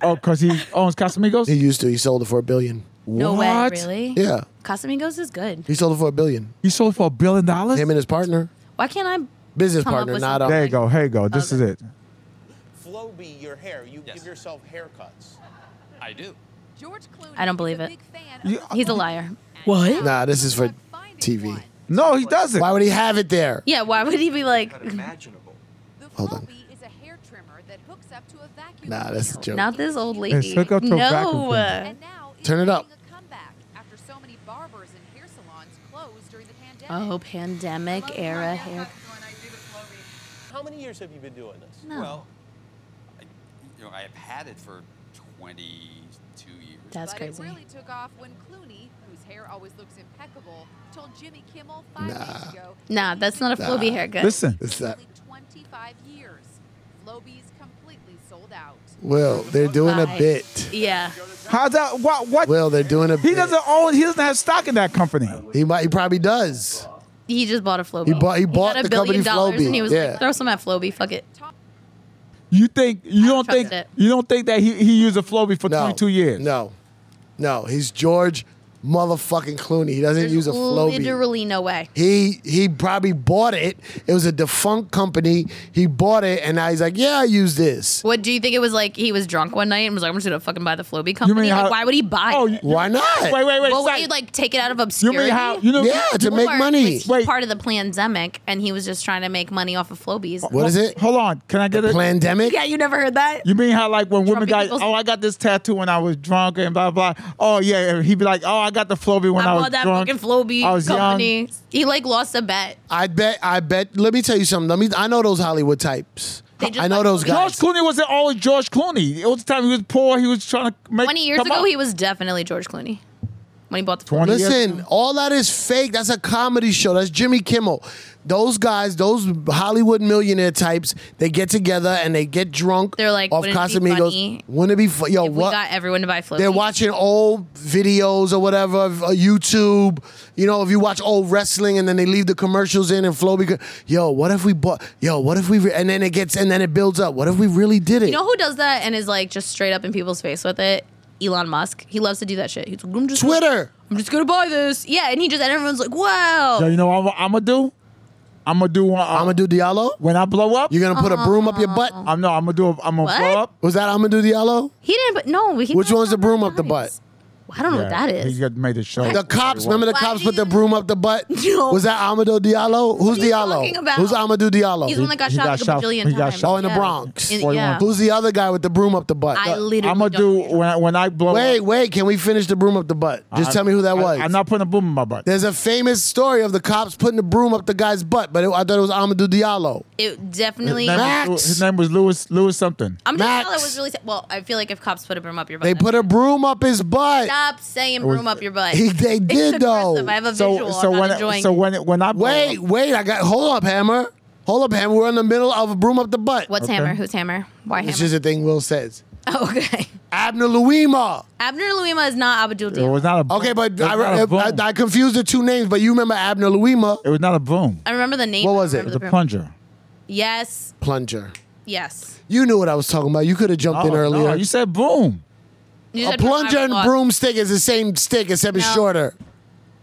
Oh, because he owns he Casamigos? used to. He sold it for a billion. No way, What? really? Yeah, Casamigos is good. he sold it for a billion. He sold it for a billion dollars? Him and his partner, Why can't I? business Come up partner, with not uh, something. a. There you go. Here you go. This is it. Flowbee your hair. You Yes. give yourself haircuts. I do. George Clooney. I don't believe is a it. big fan You- of- He's a liar. What? Nah, this is for TV. No, he doesn't. Why would he have it there? Yeah, why would he be like? Unimaginable. The Hold on. Flowbee is a hair trimmer that hooks up to a vacuum. Nah, that's a cleaner. joke. Not this old lady. Yes, hook up to a vacuum no. cleaner. And now it's Turn it up. making a comeback after so many barbers and hair salons closed during the pandemic. Oh, pandemic era hair. How many years have you been doing this? No, Well, I, you know, I have had it for 22 years. that's but crazy. it really took off when Clooney, whose hair always looks impeccable, told Jimmy Kimmel five days ago. Nah, that's not a Nah. floby haircut. Listen, It's that. Only 25 years. Flowbee's completely sold out. Will they're doing a Bye. bit? Yeah. how's that? What? what? Will they're doing a bit? He doesn't own, he doesn't have stock in that company. He might. He probably does. He just bought a Floby. He bought- he bought got a the company billion dollars Flowbee, And he was yeah. like, throw some at Floby. Fuck it. You think, you don't don't think, trust it. you don't think that he, he used a flow beat for No. 22 years? No, no. He's George motherfucking Clooney. He doesn't There's use a flow beat. literally no way. He he probably bought it. It was a defunct company. He bought it, and now he's like, yeah, I use this. What do you think it was like? He was drunk one night and was like, "I'm just gonna fucking buy the Floby company." mean how- like, why would he buy? Oh, it? you- Why not? Wait, wait, wait. well, would Sai, he like take it out of you obscurity? mean how, you know, yeah, to make Or money. Was he Wait. part of the pandemic, and he was just trying to make money off of Flobies. What is it? Hold on. Can I get it? Pandemic. Yeah, you never heard that. You mean how like when women Trumpy got people's- oh I got this tattoo when I was drunk and blah blah. Oh yeah, and he'd be like oh I got the Floby when I, I, was bought that drunk. fucking Floby I was company. young. He like lost a bet. I bet. I bet. Let me tell you something. Let me. I know those Hollywood types. They just I know like- those George guys. Clooney wasn't always George Clooney. It was the time he was poor. He was trying to make Twenty years come ago, out. he was definitely George Clooney. when he bought the 20 years Listen, all that is fake. That's a comedy show. That's Jimmy Kimmel. Those guys, those Hollywood millionaire types, they get together and they get drunk. They're like, off "Wouldn't it be funny Casamigos. Wouldn't it be fu- yo? if we what? got everyone to buy Floki. They're watching old videos or whatever, of, uh, YouTube. You know, if you watch old wrestling and then they leave the commercials in and flow because, yo, what if we bought, yo, what if we, re- and then it gets, and then it builds up. What if we really did it? You know who does that and is like just straight up in people's face with it? Elon Musk. He loves to do that shit. He's like, I'm just Twitter. I'm just gonna buy this. Yeah, and he just and everyone's like, wow. Yo, you know what I'm, gonna do? I'm gonna do one. uh, I'm gonna do Diallo. when I blow up. You're gonna put a broom up your butt. Oh. I'm no. I'm gonna do. A, I'm gonna What? blow up. Was that I'm gonna do Diallo? He didn't. But no, he Which not one's the that broom up the nice. I don't know what Yeah, Oh, that is. He got made a show. The cops, remember the Why cops do put the you- broom up the butt? No. Was that Amado Diallo? Who's are you Diallo? talking about? Who's Amado Diallo? He's the one that got He shot got like a shot- bajillion he got times. shot. oh, in the Yeah. Bronx. In- 41. yeah. Who's the other guy with the broom up the butt? I literally. I'm gonna don't know do what you're when I, when I blow Wait, up. wait. Can we finish the broom up the butt? Just I- tell me who that I- was. I'm not putting a boom in my butt. There's a famous story of the cops putting the broom up the guy's butt, but it, I thought it was Amadou Diallo. It His definitely. name, was, Max. Lew- his name was Lewis Lewis something. I'm just Max. that was really. sa- Well, I feel like if cops put a broom up your butt, They put a broom up his butt. stop saying was- broom up your butt. He, they It's did aggressive. I though. have a So visual. so I'm not when enjoying so it. when when I blow Wait, up, wait. I got hold up, Hammer. Hold up, Hammer. We're in the middle of a broom up the butt. What's Okay. Hammer? Who's Hammer? Why It's Hammer? just a thing Will says. oh, okay. Abner Luima. Abner Luima is not Abdul it was not a. Okay, but it was not I, a I, I, boom. I confused the two names. But you remember Abner Luima, it was not a boom. I remember the name. What I was it? remember The broom. plunger. Yes. plunger. Yes. You knew what I was talking about. You could have jumped in Oh, earlier. no, you said boom. You a said broom, I plunger and lost. broomstick is the same stick, except it's No. shorter.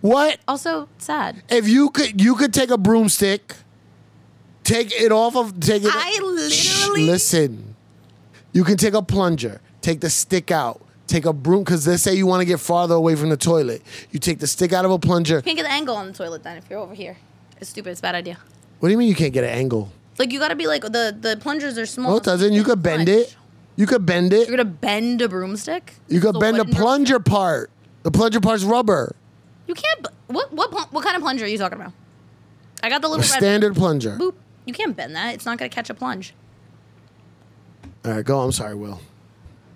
What? Also sad. if you could you could take a broomstick, take it off of take it. I Shh, literally- listen. You can take a plunger, take the stick out, take a broom because let's say you want to get farther away from the toilet. You take the stick out of a plunger. Can't get the angle on the toilet then if you're over here. It's stupid. It's a bad idea. What do you mean you can't get an angle? Like you gotta be like the the plungers are small. No, it doesn't. You could bend it. You could bend You're it. gonna bend a broomstick. You could The bend the wooden- plunger part. The plunger part's rubber. You can't. b- What what pl- what kind of plunger are you talking about? I got the A little red. standard plunger. Boop. You can't bend that. It's not gonna catch a plunge. All right, go. I'm sorry, Will.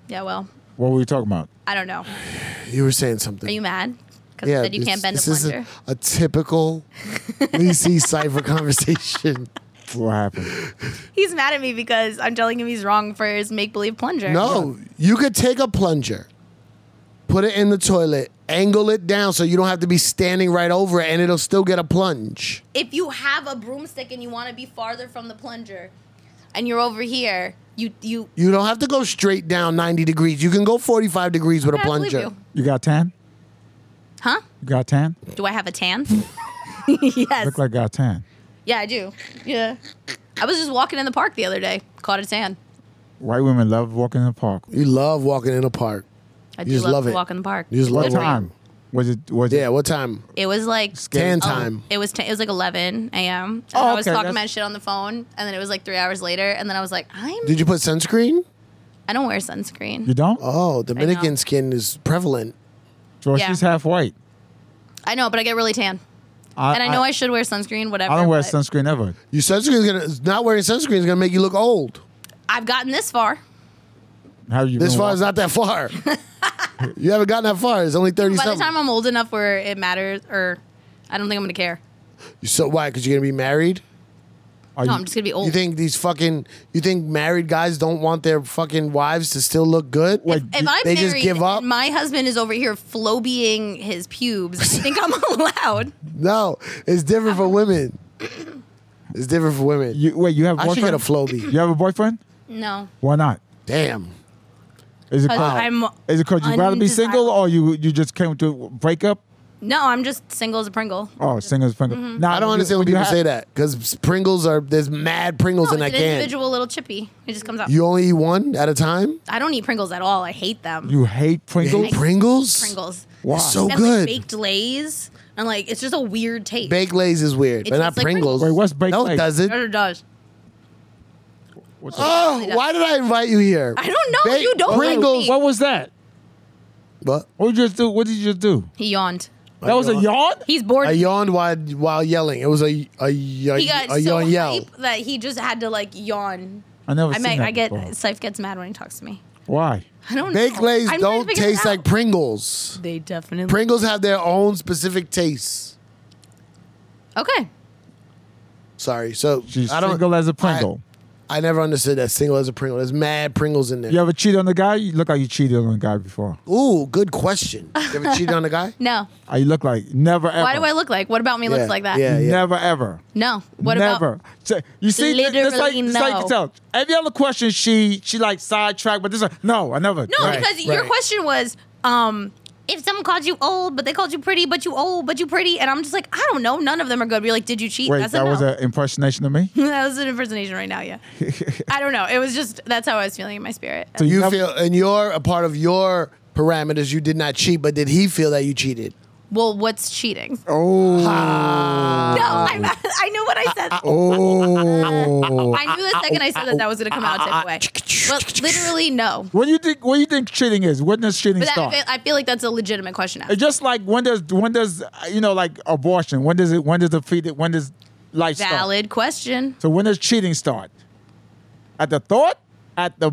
Yeah. Well, What were we talking about? I don't know. You were saying Are something. you mad? Because I said you this- can't bend a this is plunger. a, typical VC cipher conversation. What happened? He's mad at me because I'm telling him he's wrong for his make believe plunger. No, you could take a plunger, put it in the toilet, angle it down so you don't have to be standing right over it, and it'll still get a plunge. If you have a broomstick and you want to be farther from the plunger, and you're over here, you you. You don't have to go straight down 90 degrees. You can go 45 degrees with a I believe plunger. you. You got tan? Huh? You got tan? Do I have a tan? yes. Look like I got tan. yeah, I do. Yeah. I was just walking in the park the other day, caught a tan. White women love walking in the park. You love walking in a park. I just love to it. walk in the park. You just love What walking. time? Was it? Was Yeah, it? what time? It was like Tan Oh, time. it was t- it was like 11 a.m. And Oh, I was okay, talking that's- about shit on the phone, and then it was like three hours later, and then I was like, I'm Did you put sunscreen? I don't wear sunscreen. You don't? Oh, Dominican skin is prevalent. George, yeah. she's half white. I know, but I get really tan, and I know I, should wear sunscreen. Whatever. I don't wear but sunscreen ever. Your sunscreen is gonna not wearing sunscreen is gonna make you look old. I've gotten this far. How you? This been far walk- is not that far. you haven't gotten that far. It's only thirty By the something. time I'm old enough where it matters, or I don't think I'm gonna care. so why? Because you're gonna be married. Are No, you- I'm just gonna be old. You think these fucking you think married guys don't want their fucking wives to still look good? Wait, if I'm they married, just give up? and my husband is over here flowbeing his pubes. I think I'm allowed. No, it's different for women. It's different for women. you, wait, you have a I should boyfriend? get a Floby. You have a boyfriend? No, Why not? Damn. Is it 'Cause cause, I'm is it 'cause you rather be single or you you just came to break up? no, I'm just single as a Pringle. Oh, single's finger. Mm-hmm. Nah, I don't understand when you people have- say that because Pringles are there's mad Pringles No, in it's that an can. individual little chippy. It just comes out. You only eat one at a time. I don't eat Pringles at all. I hate them. You hate Pringles. Hey, Pringles. Pringles. Why? It's so and like Oh, good. baked lays, and like it's just a weird taste. Baked Lays is weird, It but not tastes like Pringles. Pringles. Wait, what's baked no, it lays? doesn't. Sure does. What's that? Oh, why did I invite you here? I don't know. Baked You don't like Pringles. me. What was that? What? What did you just do? What did you just do? He yawned. That was a yawn? He's bored. I yawned while while yelling. It was a a, a, he got a so yawn yell. hype that he just had to like yawn. I never I seen might. that I get. before. Sife gets mad when he talks to me. Why? I don't know. Baked Lays I'm trying to don't figure it taste out. like Pringles. They definitely. Pringles have their own specific tastes. okay. Sorry, so She's I don't, single as a Pringle. I, I never understood that single as a Pringle. There's mad Pringles in there. you ever cheated on a guy? You look like you cheated on a guy before. Ooh, good question. You ever cheated on a guy? No. Uh, you look like never ever. Why do I look like? What about me Yeah, looks like that? yeah. Never ever. No. What Never. about? So, you see, th- that's like, Literally that's like you no. can tell. Every other question, she she like sidetracked, but this is no, I never. No, Right, because your right. question was, um, if someone called you old, but they called you pretty, but you old, but you pretty, and I'm just like, I don't know. None of them are good. We're like, did you cheat? Wait, That's a that no. was an impersonation of me. that was an impersonation right now. Yeah. I don't know. It was just that's how I was feeling in my spirit. So You never- feel, and you're a part of your parameters. You did not cheat, but did he feel that you cheated? well, what's cheating? Oh, No, I'm not, I knew what I said. oh. I knew the second I said that that was going to come out anyway. But literally, no. what do you think? What do you think cheating is? When does cheating But that, I, start? feel, I feel like that's a legitimate question. to ask. It's just like when does when does uh, you know like abortion? When does it? When does the fetus? When does life start? Valid question. So when does cheating start? At the thought? At the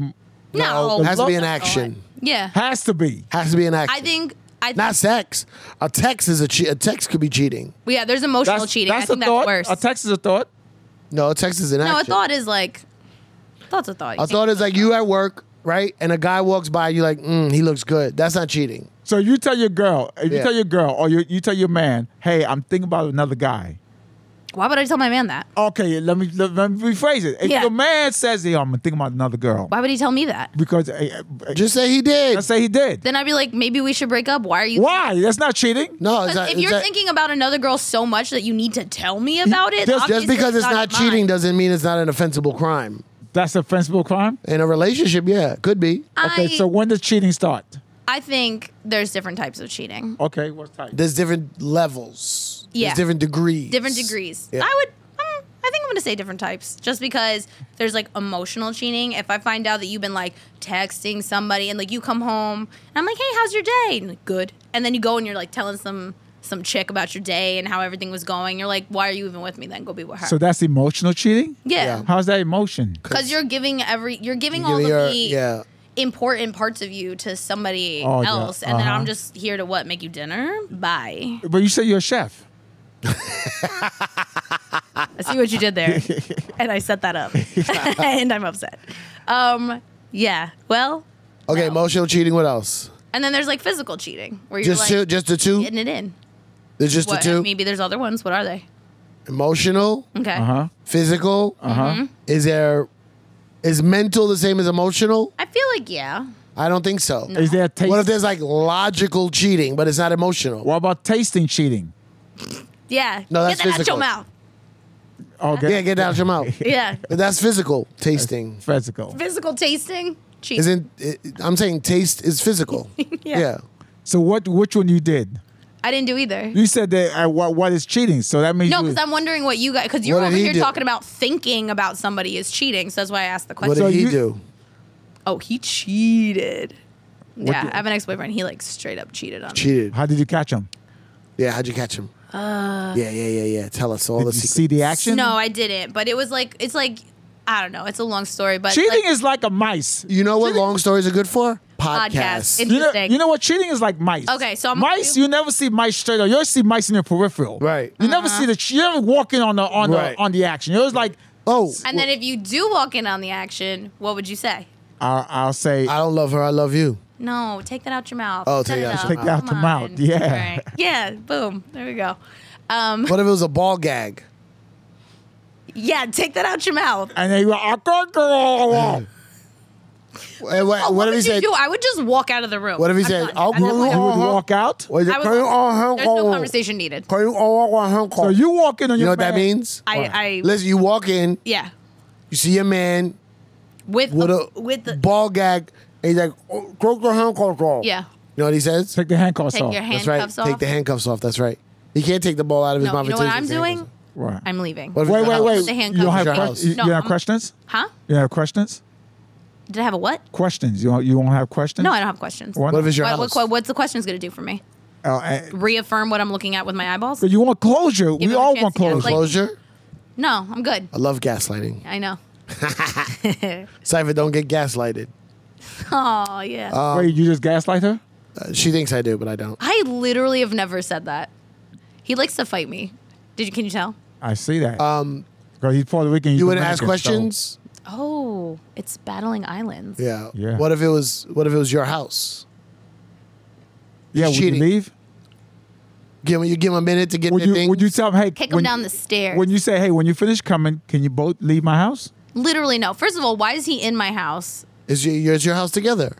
No. It has to be an Oh, Look- action. Yeah. has to be. Has to be an action. I think. I think, not sex. A text is a che- a text could be cheating. yeah, there's emotional cheating. I a think that's thought. worse. A text is a thought. No, a text is an action. No, a thought is like thought's a thought. You A can't- thought is like you at work, right? And a guy walks by, you're like, mm, he looks good. That's not cheating. So you tell your girl, if you Yeah. tell your girl, or you, you tell your man, hey, I'm thinking about another guy. Why would I tell my man that? Okay, let me let, let me rephrase it. If Yeah. your man says, "Yo, I'm thinking about another girl," Why would he tell me that? because uh, uh, Just say he did. let's say he did. Then I'd be like, maybe we should break up. Why are you? Why? That's not cheating. no, it's Because not, if it's you're not- thinking about another girl so much that you need to tell me about it, Just- just obviously because it's not in mine. cheating doesn't mean it's not an offensible crime. That's a offensible crime. In a relationship, yeah, could be. I, Okay, so when does cheating start? I think there's different types of cheating, Okay, what's type? There's different levels. Yeah. There's different degrees. different degrees. Yeah. I would. mm, I think I'm gonna say different types, just because there's like emotional cheating. If I find out that you've been like texting somebody and like you come home and I'm like, hey, how's your day? And like, good. And then you go and you're like telling some some chick about your day and how everything was going. You're like, why are you even with me? Then go be with her. So that's emotional cheating. yeah, How's that emotion? because you're giving every you're giving You all give of your- the yeah. important parts of you to somebody Oh, yeah. else, and then Uh-huh. I'm just here to what make you dinner. Bye. But you say you're a chef. I see what you did there, and I set that up, and I'm upset. Um, yeah. Well, Okay, emotional cheating. What else? and then there's like physical cheating where you're Just two, like just the two. getting it in. There's just What, the two. maybe there's other ones. What are they? Emotional, Okay. Uh Uh-huh. huh. physical. Mm-hmm. Uh huh. Is there? Is mental the same as emotional? I feel like yeah. I don't think so. Is there a taste? What if there's like logical cheating, but it's not emotional? what about tasting cheating? Yeah. No, that's Get that physical. out your mouth. Okay. Yeah, get it out your mouth. Yeah. That's physical tasting. Physical. physical tasting. Cheating. Isn't it, I'm saying taste is physical. Yeah. So what? Which one you did? I didn't do either. You said that uh, what what is cheating? So that means No, you- because I'm wondering what you guys, because you're What did over he here do? talking about thinking about somebody is cheating. So that's why I asked the What question. did he you- do? oh, he cheated. yeah, did- I have an ex boyfriend. He like straight up cheated on me. Cheated. How did you catch him? Yeah, how'd you catch him? Uh, yeah, yeah, yeah, yeah. Tell us all Did the you secrets. see the action? No, I didn't. But it was like it's like I don't know. It's a long story, but Cheating like, is like a mice. you know what long stories are good for? Podcasts. Podcasts. It- You know, Interesting. you know what? Cheating is like mice. Okay, so I'm- mice. You never see mice straight up. You always see mice in your peripheral. Right. You never Uh-huh. see the. You never walk in on the on Right. the on the action. You're always like, oh, And then if you do walk in on the action, what would you say? I'll, I'll say. I don't love her. I love you. No, take that out your mouth. Oh, Set take it out up. your Take it out Come your mouth. on. Yeah. Right. Yeah. Boom. There we go. Um, What if it was a ball gag? yeah, take that out your mouth. and then "Ah, you go, I can't go on." What, what, Oh, what if he would you said? do? I would just walk out of the room. What if he I'm said? done. I'll At that go Oh. point, You would on her- walk out. What is it? I would- Can you on her- There's no on- conversation needed. Can you on her- on her- So you walk in on You your. know what that man- means? I, I Listen, you walk in, yeah. you see your man With with a, a with the ball gag, and he's like, oh, "Croak your handcuffs off." Yeah. You know what he says? Take the handcuffs Take off. your That's right. handcuffs Take off. the handcuffs off. That's right. He can't take the ball out of his no, mouth. you know until what he I'm takes the handcuffs doing? Right. I'm leaving. What if wait, wait, Put wait. the You don't in have handcuffs Uh-uh. your questions. house. You, No, you have I'm- questions. Huh? You have questions. Did I have a what? Questions. You don't, you won't have questions. No, I don't have questions. off. What if uh, it's your What, house? what, what's the question's going to do for me? Oh, I- Reaffirm what I'm looking at with my eyeballs? but you want closure. him We a all chance want to get closure. like- Closure. No, I'm good. I love gaslighting. I know. Cipher, don't get gaslighted. Oh yeah. Wait, you just gaslight her? Uh, she thinks I do, but I don't. I literally have never said that. He likes to fight me. Did you? Can you tell? I see that. Um, Girl, he's Puerto Rican. he's You wouldn't Dominican, ask so- questions. Oh, it's battling islands. Yeah. Yeah. What if it was? What if it was your house? yeah, would cheating. you leave? Give him. You give him a minute to get Would the you thing. would you tell him, hey, Kick when- him down the stairs. When you say, hey, when you finish coming, can you both leave my house? literally no. First of all, why is he in my house? Is your yours your house together?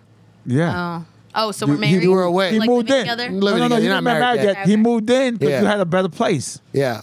Yeah. Oh, oh, so You- we're you married. were away. He Like moved living in. together? No, Living no, together. no, no, You're you not not married, married yet. yet. He Okay. moved in because Yeah. you had a better place. Yeah.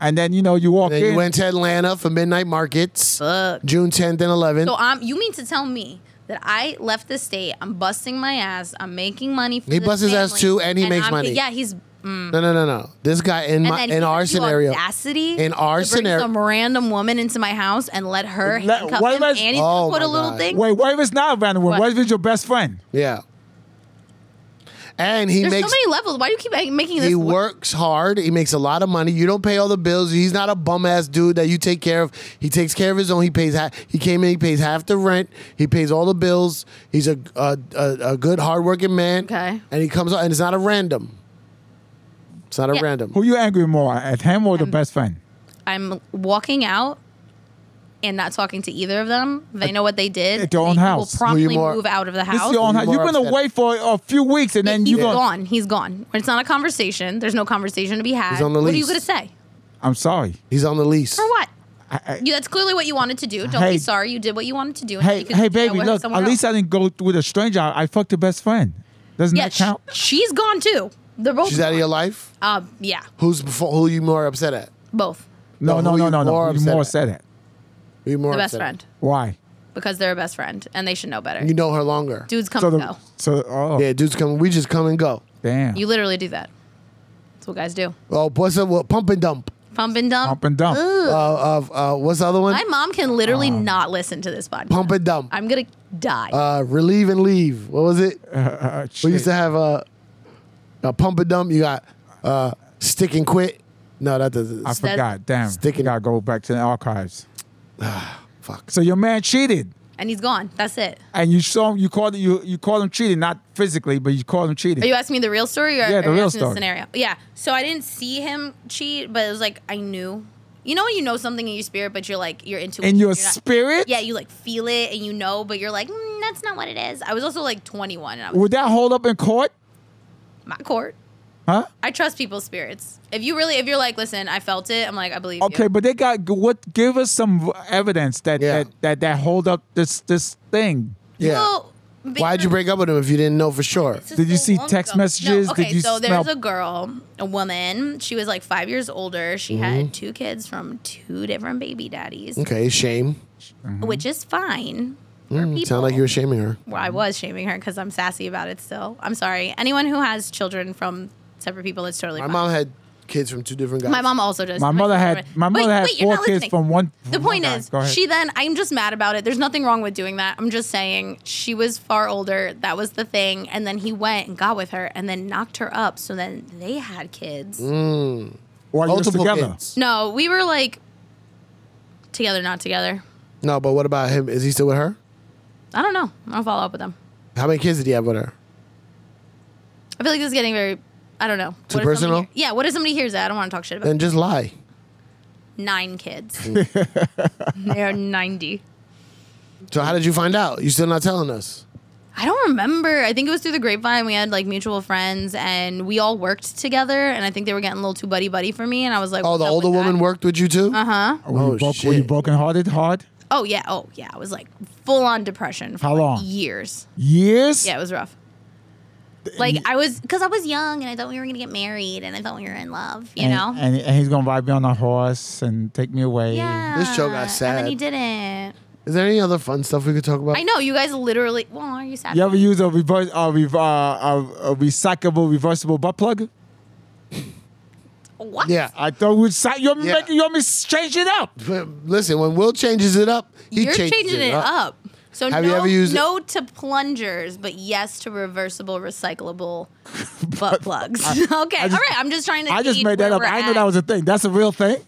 And then, you know, you walk Then in. you went to Atlanta for midnight markets, Fuck. June 10th and 11th. Uh. So um, you mean to tell me that I left the state? I'm busting my ass. I'm making money. For He this busts his ass family, too, and he makes I'm- money. Yeah, he's. Mm, no, no, no, no. This guy in my and then in he our has the scenario. audacity In our to bring scenario- some random woman into my house and let her Let- handcuff what him, if and it's- he's Oh gonna put my a little God. thing. Wait, what if it's not Vanderwood? What? What? if it's your best friend? Yeah. And he There's makes so many levels. Why do you keep making this? he work? works hard. He makes a lot of money. You don't pay all the bills. He's not a bum ass dude that you take care of. He takes care of his own. He pays. Ha- he came in. He pays half the rent. He pays all the bills. He's a a, a, a good hardworking man. Okay. And he comes out, and it's not a random. It's not a Yeah. random. Who you angry more at him or the best friend? I'm walking out and not talking to either of them. They know what they did. At your own they house. Will Were you promptly Uh, more- move out of the This house. is your own house. More You've been upset. away for a few weeks, and then He's you go. gone. He's gone. When it's not a conversation, there's no conversation to be had. He's on the what are you lease. gonna say? I'm sorry. He's on the lease. For what? I, I, You, that's clearly what you wanted to do. Don't Hey. be sorry. You did what you wanted to do. and hey, you could hey, go baby, with look. At someone least else. I didn't go with a stranger. I, I fucked your best friend. Doesn't yeah, that count? sh- she's gone too. They're both. She's out of your life. Um, yeah, Who's before? Who you more upset at? both. No, No, no, who no, you more no, no. You upset more at? upset at. Who you more The best upset at? friend Why? because they're a best friend and they should know better. You know her longer. Dudes come So and the go. so oh Yeah, dudes come. We just come and go. damn. You literally do that. That's what guys do. Oh, what's up? What pump and dump? Pump and dump. Pump and dump. Uh, of uh, what's the other one? My mom can literally not listen to this podcast. pump and dump. I'm gonna die. uh, relieve and leave. What was it? Uh, We shit. used to have a a pump and dump. You got uh, stick and quit. No, that doesn't. I forgot. Damn. sticking- Ah, Gotta go back to the archives. fuck. So your man cheated, and he's gone. That's it. and you saw you called you you called him cheating, not physically, but you called him cheating. Are you asking me the real story or Yeah, the are you real asking story. scenario? Yeah. So I didn't see him cheat, but it was like I knew. You know when you know something in your spirit, but you're like your intuition. In your you're not- spirit? Yeah, you like feel it and you know, but you're like, mm, that's not what it is. I was also like 21 and I was Would that hold up in court? my court. Huh? I trust people's spirits. If you really, if you're like, listen, I felt it. I'm like, I believe Okay, you. but they got what? Give us some evidence that Yeah. that, that that hold up this this thing. Yeah. Well, because- Why'd you break up with him if you didn't know for sure? This is Did you so see long text ago. messages? No, okay, Did you so smell- there's a girl, a woman. She was like five years older. She Mm-hmm. had two kids from two different baby daddies, Okay, shame. Mm, which is fine. for people. Sound like you were shaming her. Well, I was shaming her because I'm sassy about it still. I'm sorry. Anyone who has children from separate people, it's totally My fine. mom had kids from two different guys. my mom also does. My mother had my Wait, mother had wait, you're four not kids listening. from one. The from one point guy. is, Go ahead. she then, I'm just mad about it. There's nothing wrong with doing that. I'm just saying she was far older. That was the thing. And then he went and got with her and then knocked her up. So then they had kids. Mm. While you was multiple together. kids. No, we were like together, not together. No, but what about him? Is he still with her? I don't know. I'll follow up with them. How many kids did he have with her? I feel like this is getting very, I don't know. Too What if somebody personal? hear- yeah, what if somebody hears that? I don't want to talk shit about Then just lie. nine kids. They're 90. So how did you find out? You still not telling us? I don't remember. I think it was through the grapevine. We had like mutual friends and we all worked together. And I think they were getting a little too buddy buddy for me. And I was like, Oh, the older woman worked. worked with you too. Uh-huh. Uh huh. Were Oh, you, broke, were you shit. broken hearted? Hard Oh, yeah. Oh, yeah. I was like full on depression for How like, long? years. years? Yeah, it was rough. Like I was, because I was young and I thought we were gonna get married and I thought we were in love, you And- know. And, and he's gonna ride me on a horse and take me away. yeah. This show got And sad. then he didn't. Is there any other fun stuff we could talk about? I know you guys literally. Well, are you sad? You ever use a reverse, a, rev- uh, a, a recyclable, reversible butt plug? What? Yeah. I thought we'd si- you're Yeah. making you're change it up. But Listen, when Will changes it up, he You're changes changing it up. So Have no, you ever used it? no to plungers, but yes to reversible, recyclable butt plugs. okay, all right. I'm just trying to. I just gauge made that where up. we're I know at. that was a thing. That's a real thing.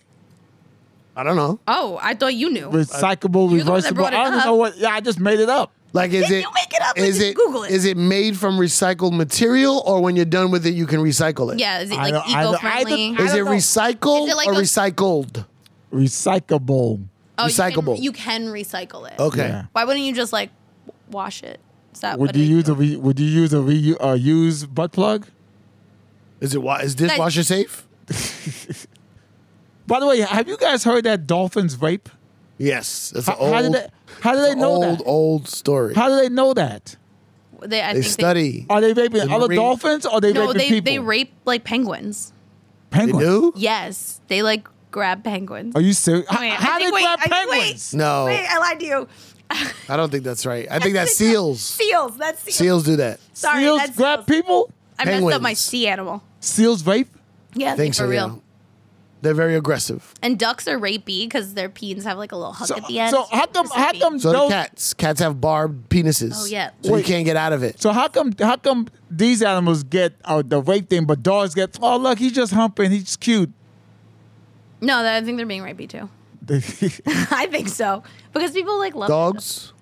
I don't know. Oh, I thought you knew. Recyclable, You're the one that reversible. brought it I don't up. know what. Yeah, I just made it up. Like, is Then it you make it up and is just it- Google it. is it made from recycled material, or when you're done with it, you can recycle it? Yeah, is it I like don't- I don't- eco I don't- friendly? I- Is it don't know. recycled Is it like or a- recycled? Recyclable. recyclable. Oh, You can, recycle it. Okay. Yeah. Why wouldn't you just like w- wash it? Is that Would Uh, what you it- use a re, Would you use a reuse uh, used butt plug? Is it wa- is dishwasher safe? By the way, have you guys heard that dolphins rape? Yes. That's an How, old, how did they, how do they know old, that? old story. How do they know that? They, I they think study. Are they raping The other marine- dolphins or are they They, no, raping they people? they rape like penguins. They penguins. do? Yes, they like grab penguins. Are you serious? Wait, I how do they think- wait, grab I think- wait. penguins? No, Wait, I lied to you. I don't think that's right. I think that's seals. Seals. That's seals. Seals do that. Sorry, seals that's grab seals. people. I messed up my Penguins. sea animal. Seals rape. Yeah, I I think for so. real. Yeah. They're very aggressive. And ducks are rapey because their peens have like a little hook So, at the end. so how come? How Rapey. come? So those- do cats. Cats have barbed penises. Oh, yeah. So Wait. you can't get out of it. So how come? How come these animals get uh, the rape thing, but dogs get? Oh look, he's just humping. He's cute. No, I think they're being rapey too. I think so because people like love Dogs.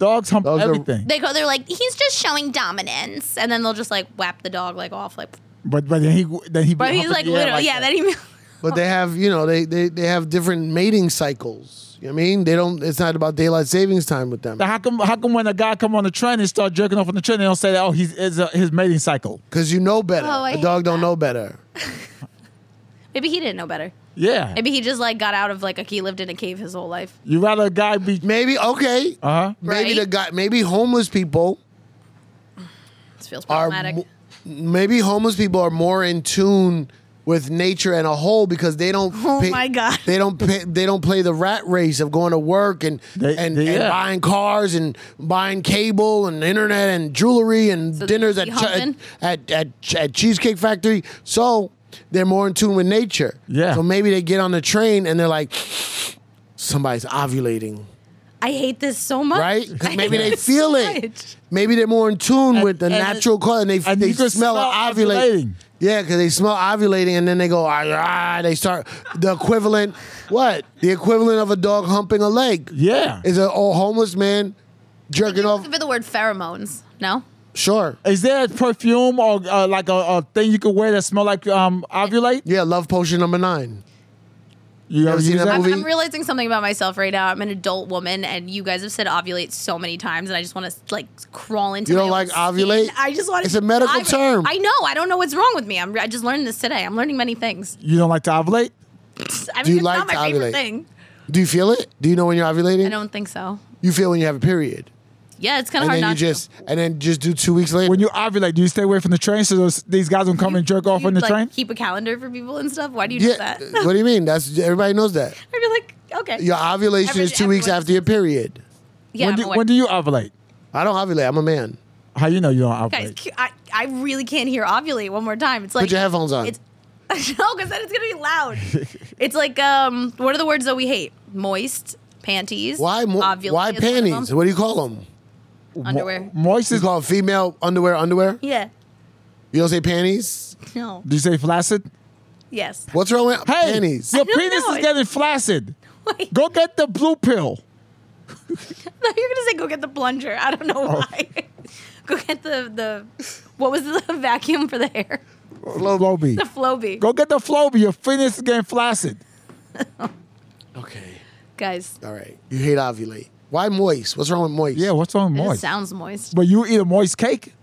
dogs hump Dogs are- everything. They go. They're like he's just showing dominance, and then they'll just like whap the dog like off like. but but then he then he. be But he's humping like the air little. like yeah, that. that he. But they have, you know, they, they, they have different mating cycles. You know what I mean? They don't, it's not about daylight savings time with them. Now, How come? How come when a guy come on the train and start jerking off on the train, they don't say that? Oh, he's it's a, his mating cycle. Because you know better. Oh, I a dog don't know better. Maybe he didn't know better. Yeah. Maybe he just like got out of like a, he lived in a cave his whole life. You rather a guy be Maybe, okay. uh huh. Maybe Right? the guy, maybe homeless people This feels are, problematic. mo- maybe homeless people are more in tune with nature and a whole because they don't. Oh my God. They don't. Pay, they don't play the rat race of going to work and They- and, they- and yeah. buying cars and buying cable and internet and jewelry and So dinners they at, be ch- at humping? at at at Cheesecake Factory. So they're more in tune with nature. Yeah. So maybe they get on the train and they're like, somebody's ovulating. I hate this so much. Right? 'Cause I maybe hate they this feel so it. much. Maybe they're more in tune with the and it- natural color and they, and they you smell, can of smell ovulate. ovulating. Yeah, because they smell ovulating and then they go, ah, ah, they start the equivalent, what? The equivalent of a dog humping a leg Yeah. is a old homeless man jerking off. Looking for the word pheromones. No. Sure. Is there a perfume or uh, like a, a thing you could wear that smell like um ovulate? Yeah, love potion number nine. You ever seen use that that? I'm, movie? I'm realizing something about myself right now. I'm an adult woman, and you guys have said ovulate so many times, and I just want to like crawl into. You my don't own like skin. ovulate? I just want. It's a medical I, term. I know. I don't know what's wrong with me. I'm, I just learned this today. I'm learning many things. You don't like to ovulate? I mean, you it's like not my to ovulate? favorite thing. Do you feel it? Do you know when you're ovulating? I don't think so. You feel when you have a period. Yeah, it's kind of And hard then not you just and then just do two weeks later. When you ovulate, do you stay away from the train so those, these guys don't to. come and jerk off You, on the like, train? Keep a calendar for people and stuff. Why do you do yeah, uh, that? what do you mean? That's everybody knows that. I'd be like, okay. Your ovulation is Every- two weeks everyone- after your period. yeah, when, I'm do, aware. when do you ovulate? I don't ovulate. I'm a man. How you know you don't ovulate? Guys, cu- I, I really can't hear ovulate one more time. It's like Put your headphones on. It's no, because then it's gonna be loud. it's like um, what are the words that we hate? Moist panties. Why? Mo- Ovulate why is one of panties? them. What do you call them? Underwear. Moist You is. call female underwear underwear? Yeah. You don't say panties? No. Do you say flaccid? Yes. What's wrong with Hey, panties? your don't penis know. is getting flaccid. Wait, Go get the blue pill. no, you're gonna say go get the plunger. I don't know Oh. why. go get the the what was the vacuum for the hair? Floby. The Floby. Go get the Floby. Your penis is getting flaccid. Okay. Guys, All right. You hate ovulate. Why moist? What's wrong with moist? Yeah, what's wrong with it moist? just sounds moist. but you eat a moist cake?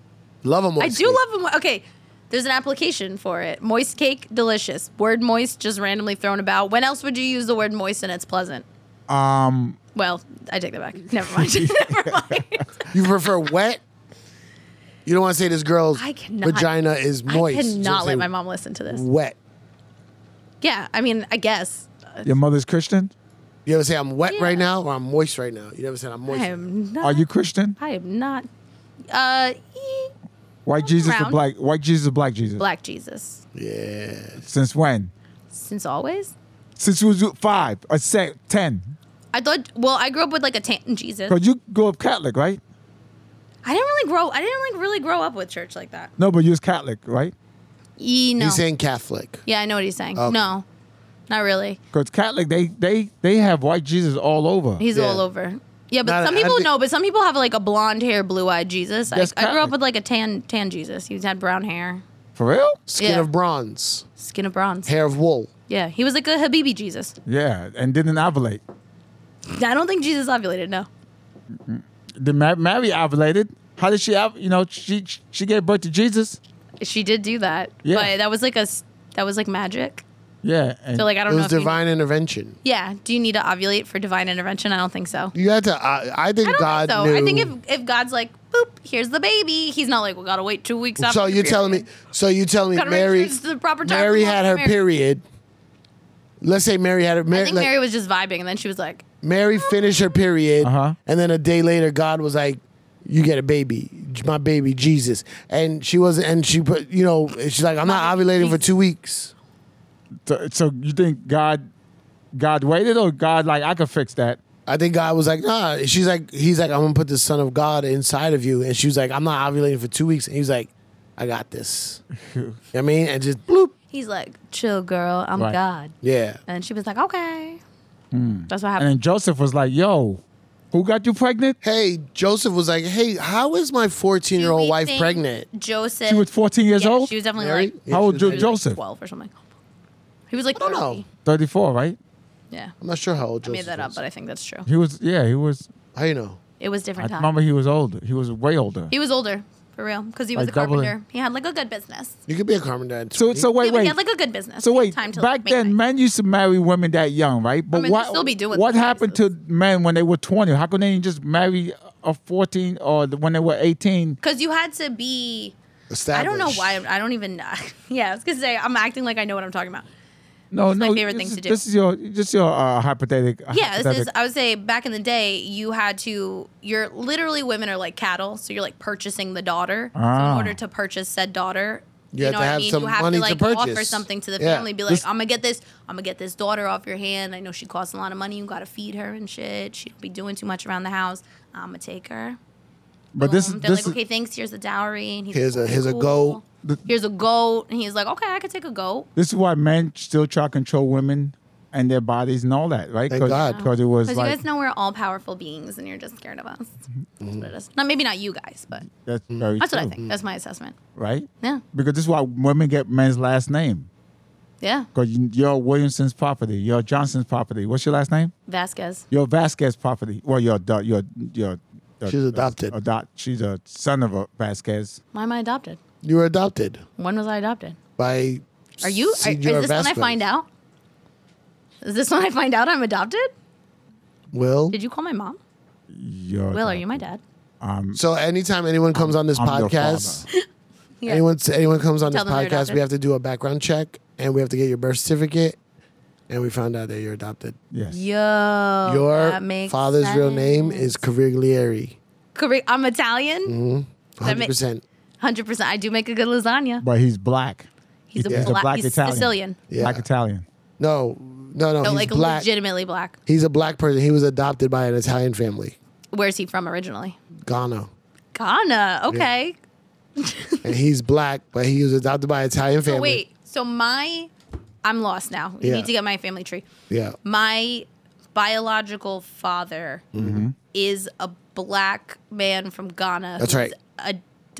love a moist. I do cake. love a mo- okay. There's an application for it. Moist cake, delicious. Word moist, just randomly thrown about. When else would you use the word moist and it's pleasant? Um, Well, I take that back. Never mind. Never mind. You prefer wet. You don't want to say this girl's I cannot- vagina is moist. I You cannot say let my mom listen to this. Wet. Yeah, I mean, I guess your mother's Christian? You ever say I'm wet Yeah. right now or I'm moist right now? You never said I'm moist. I right now. am not. Are you Christian? I am not. Uh, eh, White Jesus or Brown. black? White Jesus or black Jesus? black Jesus Yeah. Since when? since always. Since you was five or se- ten? I thought. Well, I grew up with like a tan Jesus. Cause you grew up Catholic, right? I didn't really grow. I didn't like really grow up with church like that. No, but you was Catholic, right? E, no. He's saying Catholic. yeah, I know what he's saying. Okay. No, not really. Cause Catholic, they they they have white Jesus all over. He's Yeah. all over. Yeah, but Nah, some I people think- know, but some people have like a blonde hair, blue eyed Jesus. I, That's I grew Catholic. up with like a tan tan Jesus. He had brown hair, For real? Skin Yeah. of bronze, skin of bronze. hair of wool. Yeah, he was like a Habibi Jesus. Yeah, and didn't ovulate. I don't think Jesus ovulated. No, The Ma- Mary ovulated. How did she? Ov- you know, she she gave birth to Jesus. she did do that, Yeah. but that was like a s- that was like magic. Yeah, and So like I It don't know. was If you- divine intervention. yeah, do you need to ovulate for divine intervention? I don't think so. You had to. I, I think I don't God think so. knew. I think if if God's like, boop, here's the baby, he's not like, we gotta wait two weeks. after so the you're telling me. period." So you're telling me Gotta make sure Mary. it's the proper time Mary for had her Mary. period. Let's say Mary had her. Mary, I think like, Mary was just vibing, and then she was like, Mary finished her period, Uh-huh. and then a day later, God was like, "You get a baby, my baby Jesus," and she wasn't, and she put, you know, she's like, "I'm not ovulating for two weeks." so, so you think God God waited or God like I could fix that? I think God was like, "Nah," she's like, "He's like, I'm gonna put the Son of God inside of you," and she was like, "I'm not ovulating for two weeks," and he's like, "I got this." You know what I mean, and just bloop, he's like, chill, girl, I'm Right. Hmm. God, yeah. and she was like, okay. That's what And happened. then Joseph was like, "Yo, who got you pregnant?" Hey, Joseph was like, "Hey, how is my 14 year Do old we wife think pregnant?" Joseph. She was 14 years yeah, old. She was definitely Mary? like Yeah, How she old was Jo- very- Joseph? 12 or something. He was like, I don't know. 30. 34, right? Yeah. I'm not sure how old I Joseph made that up, was. but I think that's true. He was. Yeah, he was. How you know? It was different I time. remember he was older. He was way older. He was older, for real, because he was Like a double it. carpenter. He had like a good business. You could be a carpenter. at so 20. so Wait, wait wait. He wait. had like a good business. So He had wait, time to, like, back make then money. men used to marry women that young, right? But I mean, they what still be doing what that, happened to men when they were twenty? How come they didn't just marry a fourteen or the- when they were eighteen? Because you had to be. I don't know Established. why. I don't even. yeah, I was gonna say I'm acting like I know what I'm talking about. No, my no. favorite this thing is- to do. This is your just your uh, hypothetical. Yeah, this is. hypothetical. I would say back in the day, you had to. You're literally women are like cattle, so you're like purchasing the daughter. So Ah. in order to purchase said daughter, You you, have to know what I have mean. some You have money to to like offer purchase. something to the Yeah. family. Be like, I'm gonna get this. I'm gonna get this daughter off your hand. I know she costs a lot of money. You gotta feed her and shit. She don't be doing too much around the house. I'm gonna take her. But this is Boom. um, They're this like, is okay, thanks. Here's the dowry. And he's Here's a- like, "Okay, here's a goat." Here's a goat, and he's like, okay, I could take a goat. this is why men still try to control women and their bodies and all that, right? Thank God. because it was Because like you guys know we're all powerful beings, and you're just scared of us. Mm-hmm. That's what it is. Not maybe not you guys, but that's very that's what I true, Mm-hmm. think. That's my assessment. right? Yeah, Because this is why women get men's last name. yeah. Because you're Williamson's property, you're Johnson's property. What's your last name? Vasquez. Your Vasquez property. Well, your your your your. She's adopted. Adopt. She's a son of a Vasquez. Why am I adopted? You were adopted When was I adopted? by. Are you? Are, is Senor this when I Vasquez. find out? Is this when I find out I'm adopted? Will. Did you call my mom? Your uh, Will, are you my dad? So anytime anyone comes on this I'm your podcast, Yeah. anyone anyone comes on Tell this them they're podcast, adopted. we have to do a background check and we have to get your birth certificate. And we found out that you're adopted. Yes. Yo, Oh, that your makes father's real sense. name is Mm-hmm. Cariglieri. Correct. I'm Italian. That Hundred make- percent. Hundred percent. I do make a good lasagna. But he's black. He's a, He's a black, black he's Italian. Sicilian. Yeah. Black Italian. No, no, no. So he's like black. legitimately black. He's a black person. He was adopted by an Italian family, Where's he from originally? Ghana, Ghana. Okay. and he's black, but he was adopted by an Italian family. So wait. So my, I'm lost now. You Yeah. need to get my family tree. Yeah. My biological father Mm-hmm. is a black man from Ghana. That's who's right.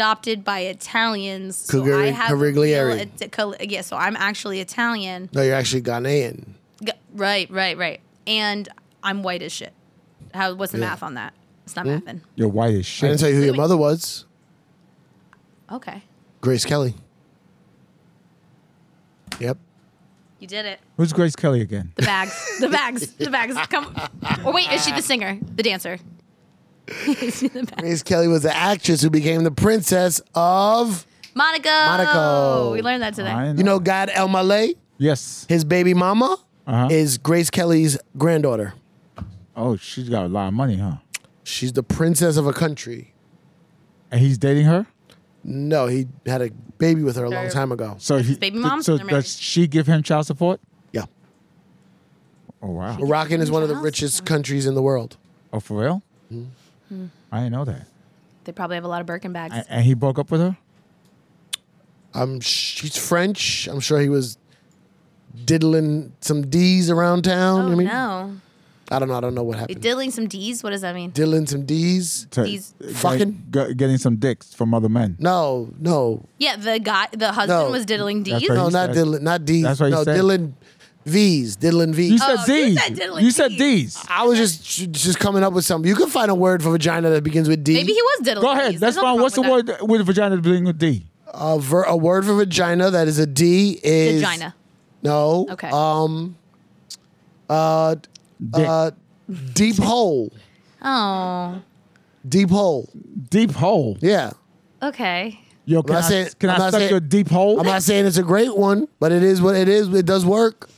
Adopted by Italians. so I Cugari- have a Carigliari. real Ita- Cal- yeah. So I'm actually Italian. No, you're actually Ghanaian. G- Right. Right. Right. And I'm white as shit. How? What's the math on that? It's Hmm? not mathing. You're white as I didn't shit. tell you who your Wait. mother was. Okay. Grace Kelly. Yep. You did it. Who's Grace Kelly again? The bags. The bags. The bags. Come. Or wait, is she the singer? The dancer? Is she the bag- Grace Kelly was the actress who became the princess of, Monaco. Monaco. We learned that today. I you know, God El Malay. Yes. His baby mama Uh-huh. is Grace Kelly's granddaughter. Oh, she's got a lot of money, huh? She's the princess of a country. And he's dating her. No, he had a baby with her a long Sure. time ago. So That's he, his baby mom, So they're married. does she give him child support? Yeah. Oh wow. Moroccan is one of the Awesome. richest countries in the world. Oh for real? Mm-hmm. Mm. I didn't know that. They probably have a lot of Birkin bags. And, and he broke up with her. I'm she's French. I'm sure he was diddling some D's around town. oh I mean, no. I don't know. I don't know what happened. Diddling some D's? What does that mean? Diddling some D's. To- These- get- Fucking- Mm. get- getting some dicks from other men. No, no, Yeah, the guy, the husband No. was diddling D's. That's right. no, you not said- diddling, not D's. that's what you no, said. Dylan V's, Dylan V's. You said Oh, you these. said diddling You said teeth. these. I was just just coming up with something. You can find a word for vagina that begins with D. Maybe he was diddling. Go ahead. D's. That's There's no fine. What's the problem with word with vagina being with D? a, ver- a word for vagina that is a D that. is Vagina. No. Okay. Um. Uh. Dick. Uh. Deep hole. Oh, Deep hole. deep hole. Yeah. okay. Yo, can not I, saying- can I'm I not suck saying- your deep hole? I'm not saying it's a great one, but it is what it is. It does work.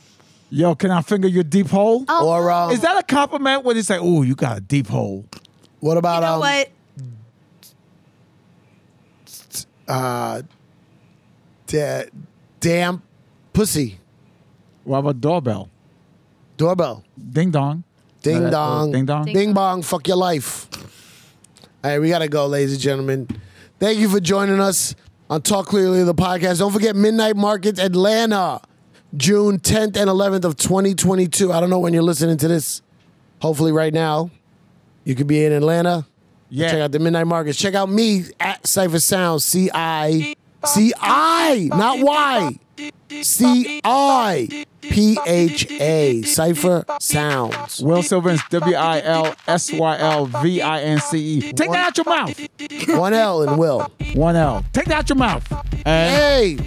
Yo, can I finger your deep hole? Oh, Or um, Is that a compliment when it's like, oh, you got a deep hole? what you about know um? what? uh, da- damn pussy What about doorbell? doorbell. Ding dong. Ding Uh, dong. ding dong. Ding, bong. Fuck your life. All right, we got to go, ladies and gentlemen. Thank you for joining us on Talk Clearly, the podcast. Don't forget Midnight Markets Atlanta, June 10th and 11th of 2022. I don't know when you're listening to this. Hopefully, right now, you could be in Atlanta. Yeah. Check out the Midnight Markets. Check out me at Cypher Sound, C I C I, not Y. C I P H A, Cypher Sounds. Will Silvins, W I L S Y L V I N C E. Take that out your mouth. One L and Will. One L. Take that out your mouth. And Hey,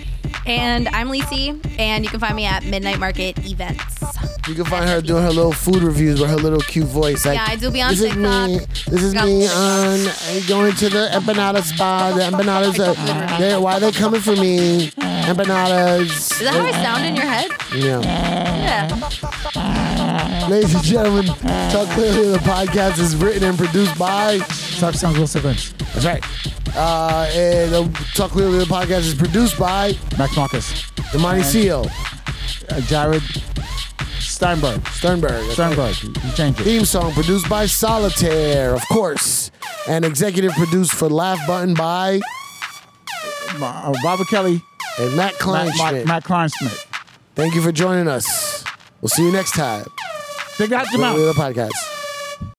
And I'm Lisi, and you can find me at Midnight Market Events. you can find her doing her little food reviews with her little cute voice. Like, Yeah, I do be on this Is me, TikTok. this is Go. me on uh, going to the empanada spa. The empanadas are they, why are they coming for me? Empanadas. Is that how I sound in your head? Yeah. Yeah. Ladies and gentlemen, Talk Clearly the podcast is written and produced by. Stop sounds Will Silvins. That's right. Uh, and the Talk Clearly the podcast is produced by Max Marcus. Imani Seal Uh, Jared Steinberg. Sternberg. Steinberg. You change it. Theme song produced by Solitaire, of course, and executive produced for Laugh Button by Uh, Robert Kelly. and Matt Matt, Matt, Kleinschmidt. Matt Kleinschmidt. Thank you for joining us. We'll see you next time. Take that out your Clearly mouth. the podcast.